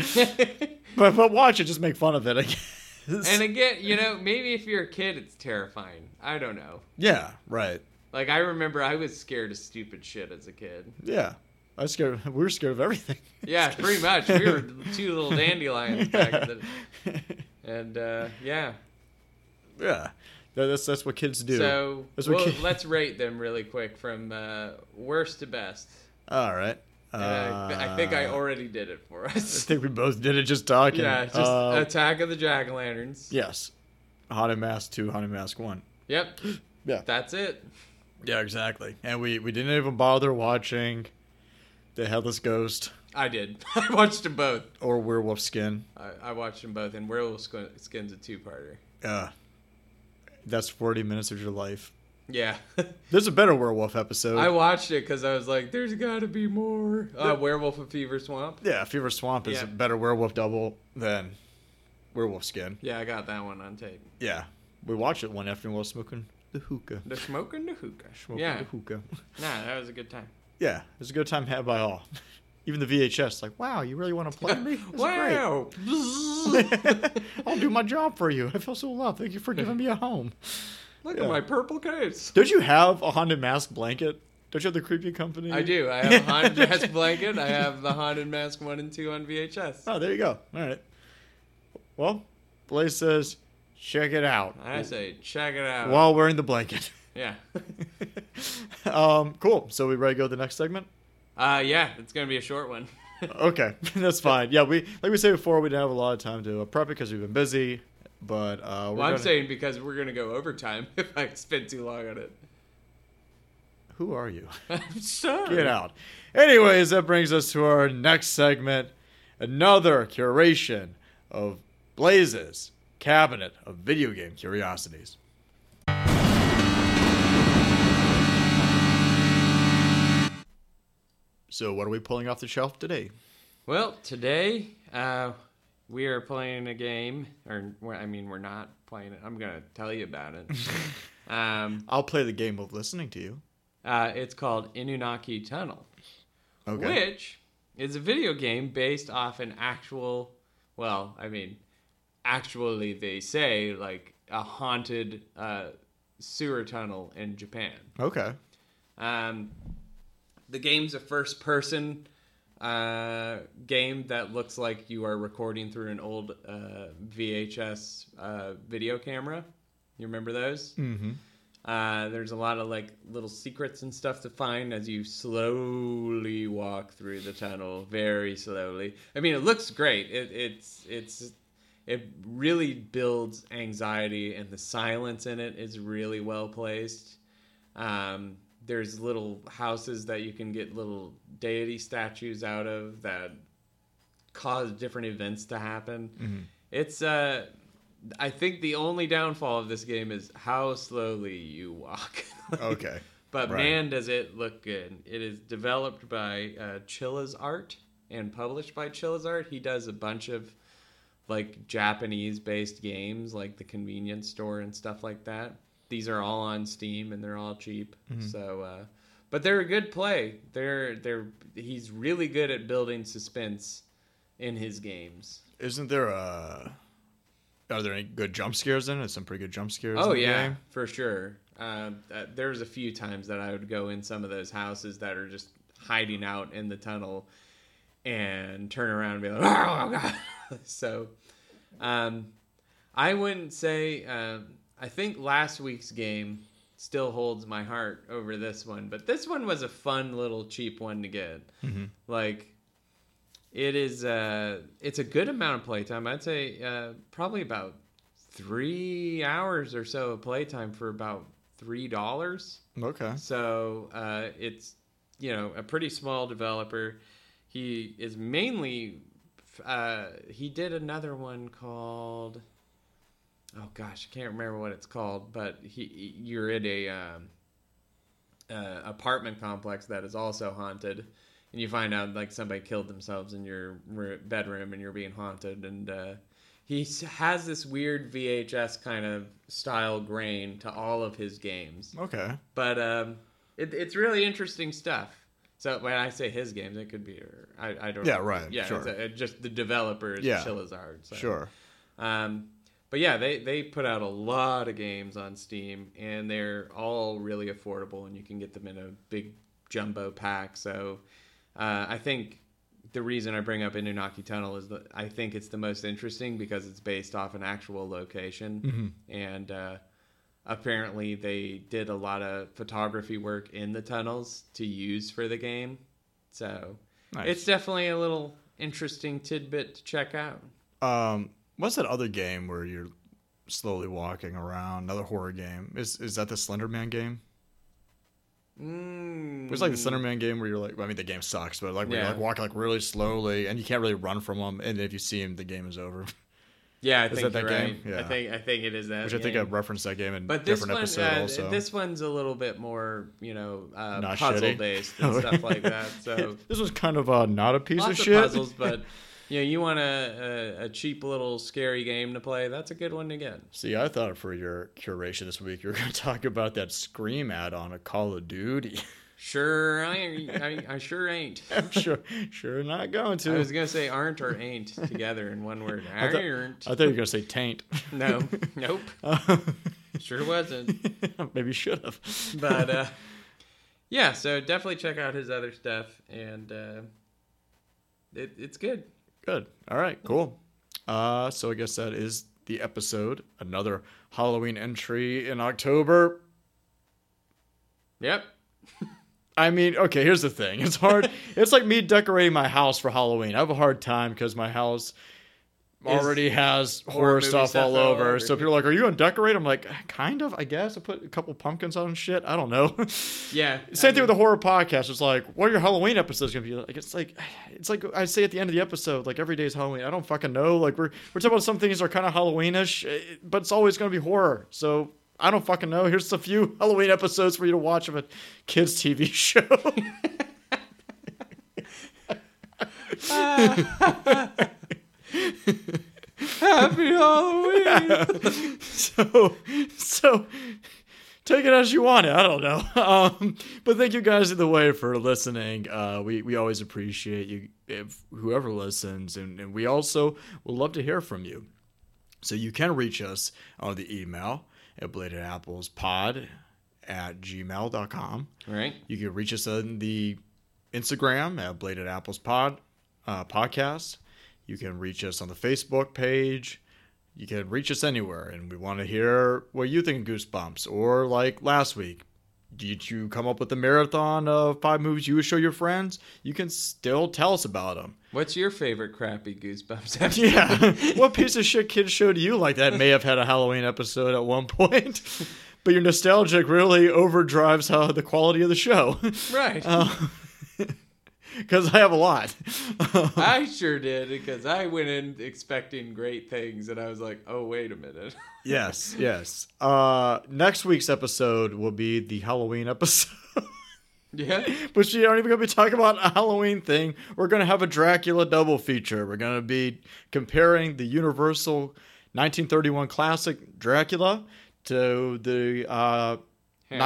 but but watch it, just make fun of it. I guess. is.
And again, you know, maybe if you're a kid, it's terrifying. I don't know.
yeah, right.
Like I remember, I was scared of stupid shit as a kid.
Yeah. I was scared. We were scared of everything.
Yeah, pretty much. We were two little dandelions back then.
yeah.
And uh, yeah,
Yeah. That- That's that's what kids do.
so
That's what
well,
kid-
let's rate them really quick from uh, worst to best.
All right.
And I, I think I
Uh,
already did it for
I
us.
think we both did it just talking.
Yeah, just
Uh,
Attack of the Jack O' Lanterns.
yes. Haunted Mask two, Haunted Mask one.
Yep,
Yeah.
that's it.
Yeah, exactly. And we we didn't even bother watching the Headless Ghost
I did. I watched them both.
or Werewolf Skin.
I, I watched them both, and Werewolf Skin- Skin's a two-parter.
Uh, that's forty minutes of your life.
Yeah,
There's a better werewolf episode.
I watched it because I was like, "There's got to be more." Uh, Werewolf of Fever Swamp.
yeah, Fever Swamp is
Yeah.
a better werewolf double than Werewolf Skin.
Yeah, I got that one on tape.
Yeah, we watched it one afternoon while smoking the hookah.
The smoking the hookah.
Smoking
yeah,
the hookah.
nah, that was a good time.
Yeah, it was a good time had by all. Even the VHS, like, wow, you really want to play me? This is great."
wow.
I'll do my job for you. I feel so loved. Thank you for giving me a home.
Look
Yeah.
at my purple case.
Don't you have a haunted mask blanket? Don't you have the creepy company?
I do. I have a haunted mask blanket. I have the haunted mask one and two on VHS.
Oh, there you go. All right. Well, Blaze says, check it out
I say, check it out.
while wearing the blanket.
yeah.
um, cool. So we ready to go to the next segment?
Uh, yeah, it's gonna be a short one.
Okay, that's fine. Yeah, we like we said before, we didn't have a lot of time to uh, prep because we've been busy. But uh, we're
well, I'm
gonna-
saying because we're gonna go overtime if I spend too long on it.
who are you?
I'm sorry.
Get out. Anyways, that brings us to our next segment another curation of Blaze's Cabinet of Video Game Curiosities. So, what are we pulling off the shelf today?
Well, today uh, we are playing a game, or well, I mean, we're not playing it. I'm gonna tell you about it. um,
I'll play the game of listening to you.
uh, it's called Inunaki Tunnel.
Okay.
which is a video game based off an actual well i mean actually they say like a haunted uh, sewer tunnel in japan
Okay.
um, the game's a first person uh, game that looks like you are recording through an old uh, vhs uh, video camera you remember those
Mm-hmm.
uh, there's a lot of like little secrets and stuff to find as you slowly walk through the tunnel, very slowly. I mean, it looks great. It, it's it's it really builds anxiety, and the silence in it is really well placed. Um, there's little houses that you can get little deity statues out of that cause different events to happen. It's uh I think the only downfall of this game is how slowly you walk.
Okay.
but
right.
man, does it look good. It is developed by uh, Chilla's Art and published by Chilla's Art. He does a bunch of like Japanese based games, like the convenience store and stuff like that. These are all on Steam and they're all cheap. So, uh, but they're a good play. They're they're he's really good at building suspense in his games.
Isn't there a. Are there any good jump scares in it? Some pretty good jump scares.
Oh
in the
yeah,
game?
for sure. Um, uh, there was a few times that I would go in some of those houses that are just hiding out in the tunnel, and turn around and be like, "Oh god!" so, um, I wouldn't say. Um, I think last week's game still holds my heart over this one, but this one was a fun little cheap one to get.
Mm-hmm.
Like it is uh it's a good amount of playtime i'd say uh probably about three hours or so of playtime for about three dollars
Okay.
so uh it's you know a pretty small developer he is mainly uh he did another one called oh gosh i can't remember what it's called but he you're in a um uh, apartment complex that is also haunted and you find out like somebody killed themselves in your ro- bedroom and you're being haunted and uh, he s- has this weird vhs kind of style grain to all of his games
Okay.
but um, it, it's really interesting stuff. So when I say his games, it could be or I, I don't
Yeah, right,
yeah
sure.
it's, uh, just the developers
Yeah.
Chilizard so.
Sure.
um, but yeah, they they put out a lot of games on Steam, and they're all really affordable, and you can get them in a big jumbo pack. So uh, I think the reason I bring up Inunaki Tunnel is that I think it's the most interesting because it's based off an actual location, and uh, apparently they did a lot of photography work in the tunnels to use for the game. So
Nice.
it's definitely a little interesting tidbit to check out.
Um, what's that other game where you're slowly walking around? Another horror game. Is is that the Slender Man game?
Mm,
It was like the Slender Man game where you're like, well, I mean, the game sucks, but like where
Yeah.
you're like walking like really slowly and you can't really run from them, and if you see him, the game is over.
yeah, I
that
think you're
that
right.
game?
I
Yeah.
think I think it is that.
Which I think I
game.
referenced that game in
But this
different
one,
episode
uh,
also.
this one's a little bit more, you know, uh,
Not
puzzle
shitty.
based and stuff like that. So
this was kind of uh, not a piece
lots
of
of
shit.
puzzles, but you know, you want a, a, a cheap little scary game to play. That's a good one to get.
See, I thought for your curation this week, you were going to talk about that Scream ad on a Call of Duty.
Sure, I, I, I sure ain't.
I'm sure, sure not going
I
to.
was gonna say aren't or ain't together in one word.
I thought-
Aren't.
I thought you were going to say taint.
No, nope, sure wasn't.
Maybe you should have.
But uh, yeah, so definitely check out his other stuff, and uh, it, it's good.
Good. All right. Cool. Uh, so I guess that is the episode. Another Halloween entry in October.
Yep.
I mean, okay, here's the thing. It's hard. it's like me decorating my house for Halloween. I have a hard time because my house already has horror
movie
stuff,
stuff
all
all
over.
over.
So people are like, "Are you gonna decorate?" I'm like, "Kind of, I guess." I put a couple pumpkins on and shit. I don't know.
Yeah.
Same
I
thing
mean-
with the horror podcast. It's like, what are your Halloween episodes gonna be like? It's like, it's like I say at the end of the episode, like every day is Halloween. I don't fucking know. Like we're we're talking about some things that are kind of Halloweenish, eh, but it's always gonna be horror. So I don't fucking know. Here's a few Halloween episodes for you to watch of a kids TV show.
Happy Halloween.
so so take it as you want it i don't know um but thank you guys either way for listening uh we we always appreciate you if whoever listens and, and we also would love to hear from you so you can reach us on the email at bladedapplespod at gmail.com
right.
you can reach us on the Instagram at Bladed Apples Pod uh, podcast. You can reach us on the Facebook page. You can reach us anywhere, and we want to hear what you think of Goosebumps. Or like last week, did you come up with a marathon of five movies you would show your friends? You can still tell us about them.
What's your favorite crappy Goosebumps episode?
Yeah. what piece of shit kid show do you like that may have had a Halloween episode at one point? but your nostalgic really overdrives how the quality of the show.
Right.
Uh, because I have a lot.
I sure did because I went in expecting great things and I was like, oh, wait a minute.
yes, yes. Uh, next week's episode will be the Halloween episode.
yeah.
But we aren't even going to be talking about a Halloween thing. We're going to have a Dracula double feature. We're going to be comparing the Universal 1931 classic Dracula to the uh,
Hammer.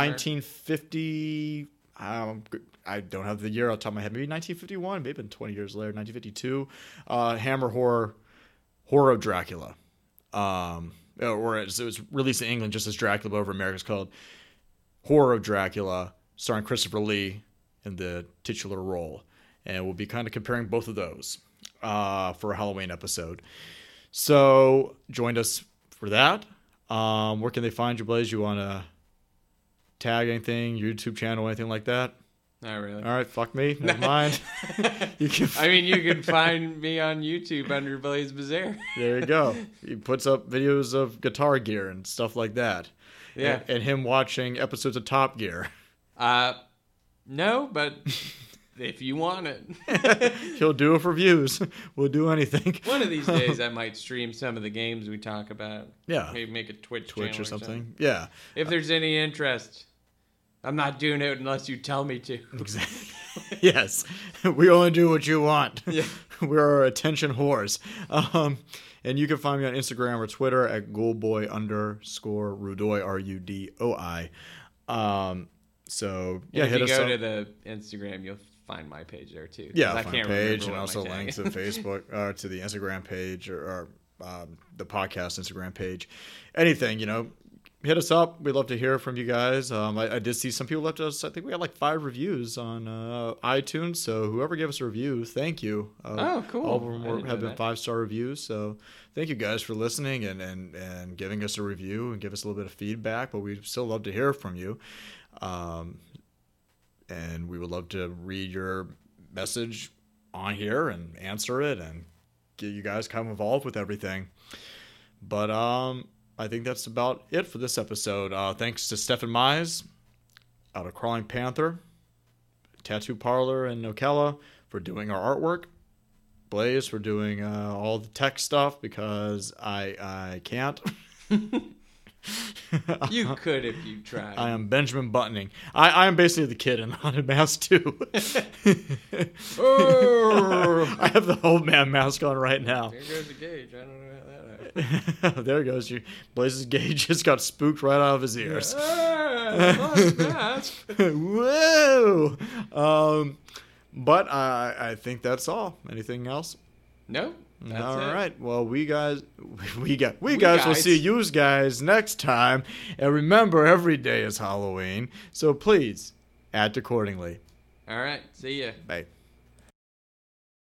1950. Um, I don't have the year off the top of my head. Maybe 1951. Maybe been 20 years later. 1952. Uh, Hammer horror, horror of Dracula. Um, or it's- it was released in England just as Dracula over America. It's called Horror of Dracula, starring Christopher Lee in the titular role. And we'll be kind of comparing both of those uh, for a Halloween episode. So joined us for that. Um, where can they find you, Blaze? You want to tag anything, YouTube channel, anything like that?
Not really.
All right, fuck me. Never mind. you can,
I mean, you can find me on YouTube under Blaze Bazaar.
there you go. He puts up videos of Guitar Gear and stuff like that.
Yeah.
And, and him watching episodes of Top Gear.
Uh, no, but if you want it,
He'll do it for views. We'll do anything.
one of these days I might stream some of the games we talk about.
Yeah.
Maybe make a Twitch
Twitch
channel
or something. Yeah.
If there's any interest, I'm not doing it unless you tell me to.
Exactly. yes. We only do what you want. We're attention whores. Um, and you can find me on Instagram or Twitter at ghoulboy underscore rudoy, R U D O I. Um, so, yeah,
if
hit
you
us
go
up.
to the Instagram, you'll find my page there too.
yeah,
'cause
find page and
what my
also
tag
links
is.
to Facebook or to the Instagram page or, or um, the podcast Instagram page, anything, you know, hit us up. We'd love to hear from you guys. Um, I, I did see some people left us. I think we had like five reviews on uh, iTunes. So whoever gave us a review, thank you. Uh,
Oh, cool.
All of them
I
were-
didn't
have
know
been
that.
five star reviews. So thank you guys for listening and, and and giving us a review and give us a little bit of feedback. But we'd still love to hear from you. Um, and we would love to read your message on here and answer it and get you guys kind of involved with everything. But um, I think that's about it for this episode. Uh, thanks to Stefan Mize, out of Crawling Panther, Tattoo Parlor in Ocala for doing our artwork. Blaze for doing uh, all the tech stuff because I I can't.
You could if you tried.
I am Benjamin Buttoning. I, I am basically the kid in Haunted Mask too.
oh,
I have the old man mask on right now.
there goes the gauge. I don't know how that happened.
there goes you. Blaze's gauge just got spooked right out of his ears.
Ah, my mask.
Whoa! Um, but I, I think that's all. Anything else?
Nope. That's
All right.
it.
Well, we guys, we got, we,
We
guys, will
guys.
see you guys next time. And remember, every day is Halloween, so please act accordingly.
All right. See ya.
Bye.